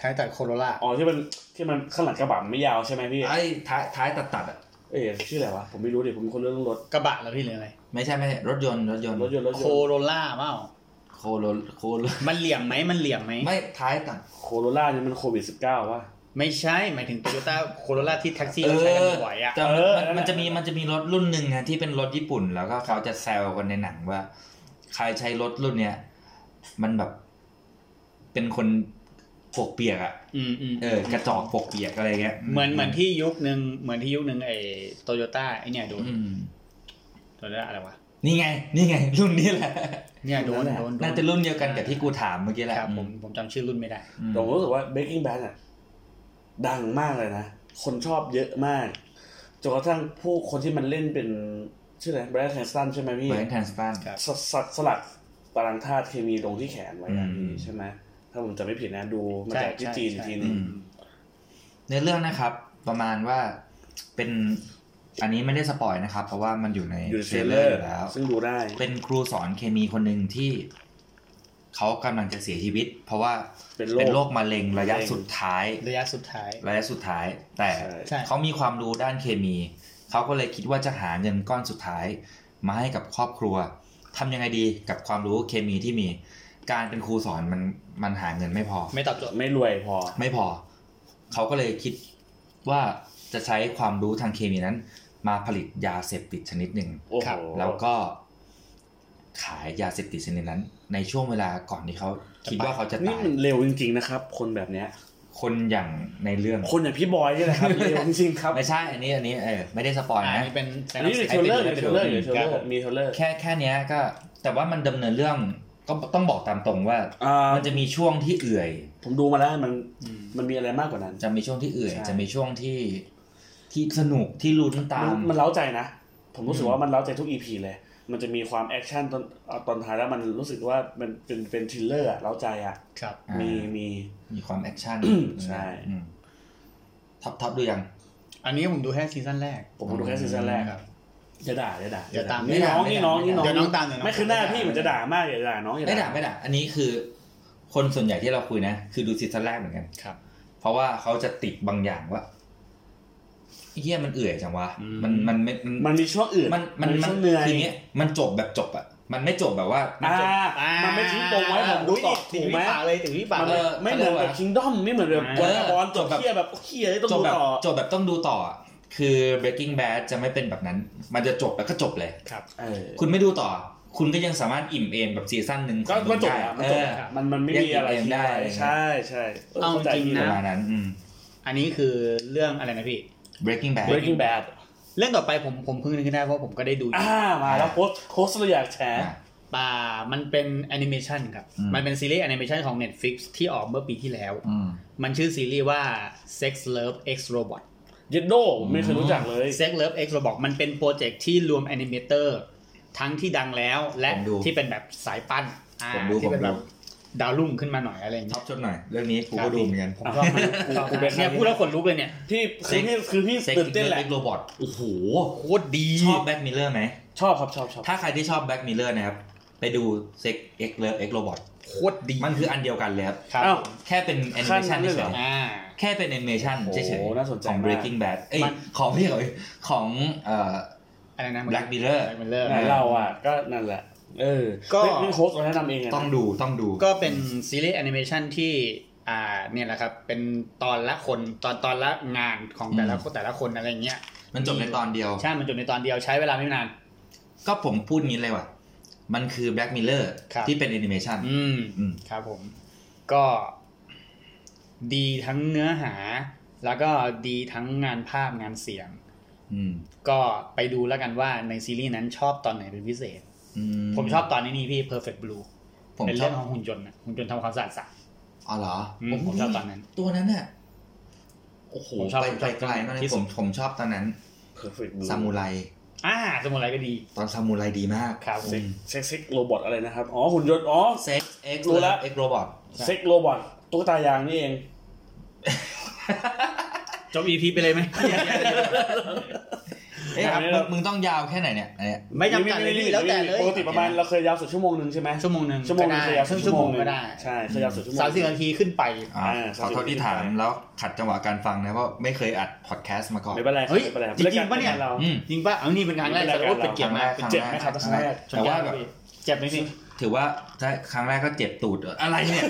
S1: ท้ายแต่โคโรล่า
S3: อ๋อที่มันที่มันข้างหลังกระบะมันไม่ยาวใช่ไหมพี่
S2: ไอ้ท้ายท้ายตัดตัดๆอ่ะ
S3: เอ๊ชื่ออะไรวะ ผมไม่รู้ดิผมเป็นคนเรื่องรถ
S1: กระบะแล้วพี่หรืออะไร
S2: ไม่ใช่ไม่ใช่รถยนต์รถยนต์
S3: รถยนต์รถย
S1: โคน
S3: ต์
S1: โรล่าเปล่า
S2: โคโรโคโร
S1: มันเหลี่ยมไหมมันเหลี่ยมไหม
S2: ไม่ท้ายตัด
S3: โคโรล่านี่มันโควิด -19 ว่ะ
S1: ไม่ใช่หมายถึงโตโยต้าโคโรล่าที่แท็กซี่
S2: เอ
S1: เขาใช้
S2: อ
S1: กันบ่อยๆอ่ะ
S2: แต่
S3: เออ
S2: มัน
S3: นั่นแห
S2: มั
S3: ละ
S2: นจะมีมันจะมีรถรุ่นหนึ่งอะที่เป็นรถญี่ปุ่นแล้วก็เขาจะแซวกันในหนังว่า ใครใช้รถรุ่นเนี้ยมันแบบเป็นคนปวกเปียกอะ
S1: อืมอืม
S2: เออกระจอกปวกเปียกอะไรเงี้ย
S1: เหมือนเหมือนที่ยุคนึงเหมือนที่ยุคนึงไอ้โตโยต้าไอ้เนี่ยโดน
S2: อืม
S1: โตโยต้าอะไรวะ
S2: นี่ไง นี่ไง รุ่นนี้แหละ
S1: เนี่ยโดนโดนโด
S2: น่าจะรุ่นเดียวกันกับที่กูถามเมื่อกี้แหละ
S1: ครับผมผมจำชื่อรุ่นไม่ได้
S2: อืม
S3: แต่ผมรู้สึกว่า Breaking Bad อ่ะดังมากเลยนะ คนชอบเยอะมากจนกระทั่งผู้คนที่มันเล่นเป็นชื่ออะไรแบรนด์แคนสตันใช่ไหมพี่
S2: เบรนท์แทนสตัน
S1: ครับ
S3: สสสลัดตารางธาตุเคมีลงที่แขนไว้อะ
S2: อืม
S3: ใช่ไหมถ้าผมจะไม่ผิดนะดูมา
S1: ใช่
S3: จากที่
S1: ใช่
S3: จีนอีก
S1: ใช่
S3: ทีหนึง
S1: อืม
S2: ในเรื่องนะครับ ประมาณว่าเป็นอันนี้ไม่ได้สปอยนะครับ เพราะว่ามันอยู่ใน
S3: อยู่ใน
S2: เท
S3: เทรล
S2: รลเล
S3: เล
S2: อ
S3: อ
S2: ร์
S3: ร์
S2: อยู่แล้ว
S3: ซึ่งดูได้
S2: เป็นครูสอนเคมีคนหนึ่งที่เขากำลังจะเสียชีวิต เพราะว่า
S3: เป็นโรค
S2: นโรคมะเร็งระยะสุดท้าย
S1: ระยะสุดท้าย
S2: ระยะสุดท้าย แต่
S3: ใช่
S1: ใช่
S2: เขามีความรู้ด้านเคมี เขาก็เลยคิดว่าจะหาเงินก้อนสุดท้าย มาให้กับครอบครัวทำยังไงดีกับความรู้เคมีที่มี การเป็นครูสอนมันมันหาเงินไม่พอ
S1: ไม่ตอบโจทย์
S3: ไม่รวยพอ
S2: ไม่พอ เขาก็เลยคิดว่าจะใช้ความรู้ทางเคมีนั้น มาผลิตยาเสพติดชนิดหนึ่ง
S3: โอ้โห
S1: ครับ
S2: แล้วก็ขายยาเสพติดชนิดนั้น ในช่วงเวลาก่อนที่เขาคิดว่าเขาจะ
S3: นี่
S2: ตาย
S3: มันเร็วจริง ๆ นะครับ คนแบบเนี้ย
S2: คนอย่างในเรื่อง
S3: คนอย่างพี่บอยนี่แหละครับ เร็วจริงๆครับ
S2: ไม่ใช่อันนี้อันนี้เออไม่ได้สปอย
S1: อ่า
S2: นะ
S1: นี่เป็น
S3: อันนี้อยู่ในเทรลเลอร์อยู่ในเทรลเลอร์อยู่ในเทรล
S1: ค
S3: เลอ
S1: รับผ
S3: ร์
S1: ม
S3: มีเทรลเลอร์
S2: แค่แค่เนี้ยก็ แต่ว่ามันดำเนินเรื่องก็ต้องบอกตามตรงว่า
S3: อ่า
S2: มันจะมีช่วงที่เอื่อย
S3: ผมดูมาแล้วมัน
S1: อืม
S3: มันมีอะไรมากกว่านั้น
S2: จะมีช่วงที่เอื่อย
S3: ใช่
S2: จะมีช่วงที่ที่สนุกที่ลุ้นตาม
S3: มันมันเล้าใจนะ ผมรู้สึกว่ามันเล้าใจทุกอีพีเลย มันจะมีความแอคชั่นตอนเอาตอนท้ายแล้วมันรู้สึกว่ามันเป็นเป็นทริลเลอร์อะเล้าใจอะ
S1: ครับ
S2: อ่ามี
S3: มีมี
S2: มีความแอคชั่น
S3: ใช่
S2: อืมท็อปท็อปดูยัง
S1: อันนี้ผมดูแค่ซีซั่นแรก
S3: ผมดูแค่ซีซั่นแรก
S1: ครับ
S3: จะด่าจะด่า
S1: อย่าตาม
S3: นี่น้อง
S1: ไม่
S3: นี่
S1: ด่า
S3: น้อง
S1: ไม่
S3: นี่น้
S1: ด่า
S3: อง
S1: เดี๋ยวน้องตามเดี๋ยวน้อง
S3: ไม่คือหน้า
S1: ตาม
S3: พี่เหมันจะด่ามากอย่าด่าน้องอย่า
S2: ไม่ด่า
S3: ด่า
S2: ไม่ด่าอันนี้คือคนส่วนใหญ่ที่เราคุยนะ คือดูซีซั่นแรกเหมือนกัน
S1: ครับ
S2: เพราะว่าเขาจะติดบางอย่างว่าไอ้เฮียมันเอื่อยจังวะ
S1: อืม
S2: มันมันไม่มัน
S3: มันมีช่วงอื่น
S2: มันมัน
S3: มี
S2: มัน
S3: ช่วงเหนื่อย
S2: คือเนี้ยมันจบแบบจบอ่ะ มันไม่จบแบบว่ามัน
S3: อ่า
S2: จบ
S3: มันไม่ทิ้งปมไว้ผมดูตอบถูกไหม
S1: เลยถึงวิบาก
S3: มัน
S1: เลย
S2: ออ
S3: ไม่เหมือนแบบคิงดอมไม่เหมือนแบบ
S1: เอ
S3: วอ
S1: อ
S3: ลบอล
S2: จ
S3: จ
S2: บบ แบบ
S3: เครียดแบบเครียดต้อง
S2: จบ
S3: ดู
S2: แบบ
S3: ต่อ
S2: จบแบบต้องดูต่ออะคือ breaking bad จะไม่เป็นแบบนั้น มันจะจบแล้วก็จบเลย
S1: ครับ
S3: เออ
S2: คุณไม่ดูต่อ คุณก็ยังสามารถอิ่มเอมแบบซีซั่นหนึ่งข
S3: ก็
S2: อง
S3: ก็จบ
S2: ได้
S3: อะมัน
S2: เอ
S3: จบ
S2: อ
S3: อะมันมันไม่มีอะไร
S2: ยังได้
S3: ใช่ใช่
S1: เอาจริง
S2: ป
S1: นะ
S2: ระมาณนั้นอืม
S1: อันนี้คือเรื่องอะไรนะพี่
S2: breaking bad
S3: เข้าใจพี่ Breaking Bad
S1: เรื่องต่อไปผมผมเพิ่งนึกได้เพราะผมก็ได้ดูอยู่
S3: อ่ามาแล้วโค้ชโค้ชเลยอยากแชร์
S2: อ่ะ
S1: ป่ามันเป็นแอนิเมชันครับ
S2: อืม
S1: มันเป็นซีรีส์แอนิเมชันของ Netflix ที่ออกเมื่อปีที่แล้ว
S2: อืม
S1: มันชื่อซีรีส์ว่า Sex Love X Robot
S3: เยดโดผมไม่เคยรู้จักเลย
S1: Sex Love X Robot มันเป็นโปรเจกต์ที่รวมแอนิเมเตอร์ทั้งที่ดังแล้วและ
S2: ผมดู
S1: ที่เป็นแบบสายปั้นอ่า
S2: ผมดู
S1: ที่เป็นแบบ
S2: ผมดู
S1: ดาวรุ่งขึ้นมาหน่อยอะไรอย่าง
S2: ช
S1: เงี้ย
S2: อบชดหน่อย เรื่องนี้กู
S1: ครั
S2: ก็
S1: บ
S2: ดูเหมือนกัน
S3: ผมชอบมันกูกูเป็น
S1: เนี่ยพูดแล้วขนลุกเลยเนี่ย
S3: พี่คือพี่คือพี่
S2: เซ็ก
S3: ตื่น
S2: เตอ
S3: เต้น
S2: ร์
S3: แหละ
S2: เล็กโรบอทโอ้โห
S1: โคตรดี
S2: ชอบแบ็กมิลเลอร์ไหม
S3: ชอบครับชอบชอบ
S2: ถ้าใครที่ชอบแบ็กมิลเลอร์นะครับ ไปดูเซ็กเอ็กเลอร์เอ็กโรบอท
S1: โคตรดี
S2: มันคืออันเดียวกันเลยครับ
S1: ครับ
S3: อ้าว
S2: แค่เป็นแอนิเมชัน
S3: ขั้นนั้นเลย
S2: เฉ
S3: เหร
S2: ย
S3: อ
S1: อ่า
S2: ๆแค่เป็นแอนิเมชันเฉย
S3: โอ้โหน่าสนใจ
S2: ของ
S3: มาก
S2: Breaking Bad เอ้ย
S1: มัน
S2: ของพี่เหรอของเอ่อ
S1: อะไรนะ
S2: Black Mirror
S1: Black Mirror
S3: ไหนเราอ่ะก็นั่นแหละ เออ
S1: ก็
S3: เฮ้ยนี่โค้ชเราแนะนำเองอะนะ
S2: ต้องดูต้องดู
S1: ก็เป็นซีรีส์แอนิเมชันที่อ่าเนี่ยแหละครับ เป็นตอนละคนตอนตอนละงานของแต่ละคนแต่ละคนอะไรเงี้ย
S2: มันจบในตอนเดียว
S1: ใช่มันจบในตอนเดียวใช้เวลาไม่นาน
S2: ก็ผมพูดงี้เลยว่ะ มันคือ Black Mirror
S1: ครับ
S2: ที่เป็นแอนิเมชัน
S1: อืม
S2: อืม
S1: ครับผม ก็ ดีทั้งเนื้อหา แล้วก็ดีทั้งงานภาพงานเสียง
S2: อืม
S1: ก็ไปดูแล้วกันว่าในซีรีส์นั้นชอบตอนไหนเป็นพิเศษ
S2: อื
S1: ผมชอบตอนนี้นี่พี่ Perfect Blue
S2: ผม
S1: เป็น
S2: ชอ
S1: เรื่อบ งของหุ่นยนต์นะหุ่นยนต์ทำความสะอาดสระ
S2: อ๋อเหรอ
S1: อืมผมชอบตอนนั้น
S2: ตัวนั้นน่ะโอ้โห
S1: ผมชอบ
S2: ไป
S1: ผมช
S2: ไป
S1: อบ
S2: ไกลมาก
S1: ที่
S2: ที่
S1: สุด
S2: ผมผมชอบตอนนั้น
S3: Perfect Blue
S2: ซามูไร
S1: อ่าสมุนไรก็ดี
S2: ตอนซามูไรดีมาก
S1: ครับ
S2: อืม
S3: เซ็กซ์โรบอทอะไรนะครับ อ๋อ หุ่นยนต์ อ๋อ
S2: เซ็กเอ็ก
S3: รู้
S2: รู้
S3: แล้
S2: แล้ว วเอ็กโรบอท
S3: เซ็กโรบอทตุ๊กตายางนี่เอง
S1: จบ EP ไปเลยไหม
S2: เอ้ยครับมึงมึงต้องยาวแค่ไหนเนี่ยอันเนี้ย
S1: ไม่จำกัดเลยพี่แล้วแต่เลย
S3: ปกติประมาณเราเคยยาวสุดชั่วโมงหนึ่งใช่ไหม
S1: ชั่วโมงหนึ่ง
S3: ชั่วโมงหนึ่งเคยยาวสุ
S1: รึ่
S3: ด
S1: ง
S3: ชั่
S1: ชั่
S3: ว
S1: ว
S3: โม
S1: โม
S3: ง
S1: ง
S3: หนึ่ง
S1: ก็ได้
S3: ใช่เคยยาวสุดชั่วโมง
S1: สามสิบนาทีขึ้นไป
S2: อ่า
S3: อ่า
S2: ขอโทษที่ถาม
S3: ครับ
S2: แล้วขัดจังหวะการฟังนะเพราะไม่เคยอัดพอดแคสต์มาก่อน
S3: ไม่เป็นไรครับ
S1: เฮ้ย
S3: ไม่เป็นไรคบ
S1: จริงๆปะเนี่ย
S3: รายการรา
S2: อืม
S1: จริงป่ะเอานี่เป็นครั้งแรก
S3: เป็นราย
S1: แต่
S3: การ
S1: ว่าเป็นเกียรติมาก
S3: เรา
S2: ครั้งแรก
S3: เจ็บไหมครับครั้งแรก
S2: แต่ว่าแบบ
S1: เจ็บไหมพี่
S2: ถือว่าถ้าครั้งแรกก็เจ็บตูดเอออะไรเนี่ย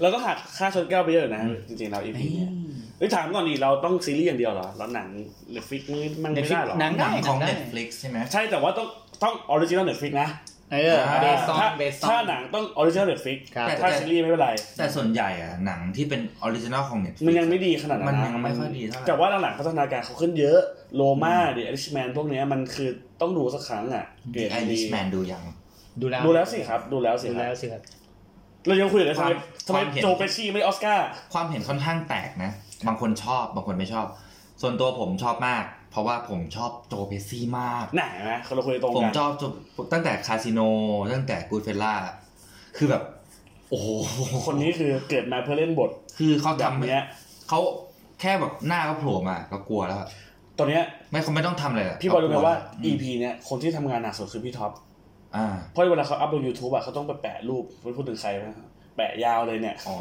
S3: เราก็หักค่าชนแก้วไปเยอะนะ จริงๆเราอีพีเนี่ยเฮ้ยถามก่อนดิเราต้องซีรีส์อย่างเดียวเหรอแล้วหนังเน็ตฟิกมันไม่ได้เหรอ
S1: หนัง
S2: หนั
S1: ได้
S2: งของ
S1: หนัได้
S2: Netflix ใช่ไหม
S3: ใช่แต่ว่าต้องต้องออริจินอลเน็ตฟิกนะ
S1: เออ
S2: อ่า
S1: เบสซอง
S3: ถ้า
S1: เบสซอ
S3: ถ้าง หนังต้องออริจินอลเน็ตฟิก
S1: ครับ
S3: แต่ถ้าซีรีส์ไม่เป็นไร
S2: แต่ส่วนใหญ่อะหนังที่เป็นออริจินอลของ Netflix
S3: มันยังไม่ดีขนาดนั้
S2: มัน
S3: นนะ
S2: ยังไม่ค่อยดีเท่าไหร่
S3: แต่ว่าหลังๆพัฒนาการเขาขึ้นเยอะโลมาเดอะไอริชแมนพวกเนี้ยมันคือต้องดูสักครั้งอ่ะเกร
S2: The
S3: ดดี
S2: Irishman ดูยัง
S1: ดูแล้ว
S3: ดูแล้วสิครับ ดูแล้วสิ
S1: ดู
S3: ครั
S1: แล้
S3: บ
S1: วสิครับ
S3: เรายังคุยกันเลยทำไมทำไม
S2: ความเห็น
S3: โจเปชี่ไม่ได้ออสการ์
S2: ความเห็นค่อนข้างแตกนะ บางคนชอบบางคนไม่ชอบ ส่วนตัวผมชอบมาก เพราะว่าผมชอบโจเปซี่มาก
S3: หนานะเราคุยตรง
S2: ผม
S3: กัน
S2: ชอบตั้งแต่คาสิโนตั้งแต่กูดเฟลล่าคือแบบ โอ้โห
S3: คนนี้คือเกิดมาเพื่อเล่นบท
S2: คือเขา
S3: แบบ
S2: ทำ
S3: เนี้ย
S2: เขาแค่แบบหน้าก็โผล่มาก็กลัวแล้วอะ
S3: ตอนเนี้ย
S2: ไม่เขาไม่ต้องทำอะไระ
S3: พี่บอลรู้ไหมว่า
S2: อืม
S3: EP เนี้ยคนที่ทำงานหนักสุดคือพี่ท็อป
S2: อ่า
S3: เพราะเวลาเขาอัพลง YouTube อ่ะเขาต้องไปแปะรูปไม่พูดถึงใครนะแปะยาวเลยเนี่ย
S2: อ๋อ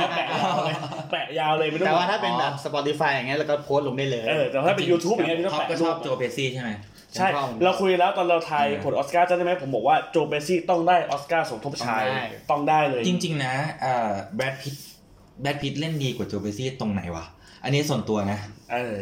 S3: แปะยาวเลยแปะยาวเลยไม่ต้อง
S1: แต่ว่าถ้าเป็นแบบ
S2: อ๋อ
S1: Spotify อย่างเงี้ยแล้วก็โพสต์ลงได้เลย
S3: เออแต่ว่าถ้าเป็น YouTube อย่างเงี้ยพี่ต้อง
S2: ท็อป
S3: แปะ
S2: ก็ช
S3: รู
S2: อบ
S3: ป
S2: โจเปซี่ใช่ไหม
S3: ใช่
S1: ผมชอบ
S3: เราคุยแล้วตอนเราทาย
S2: เออ
S3: ผลออสการ์จะได้ไหมผมบอกว่าโจเปซี่ต้องได้ออสการ์สมทบชาย
S1: ต้องได้
S3: ต้องได้เลย
S2: จริง ๆ นะเอ่อแบทพิทแบทพิทเล่นดีกว่าโจเปซี่ตรงไหนวะ อันนี้ส่วนตัวนะ
S3: เออ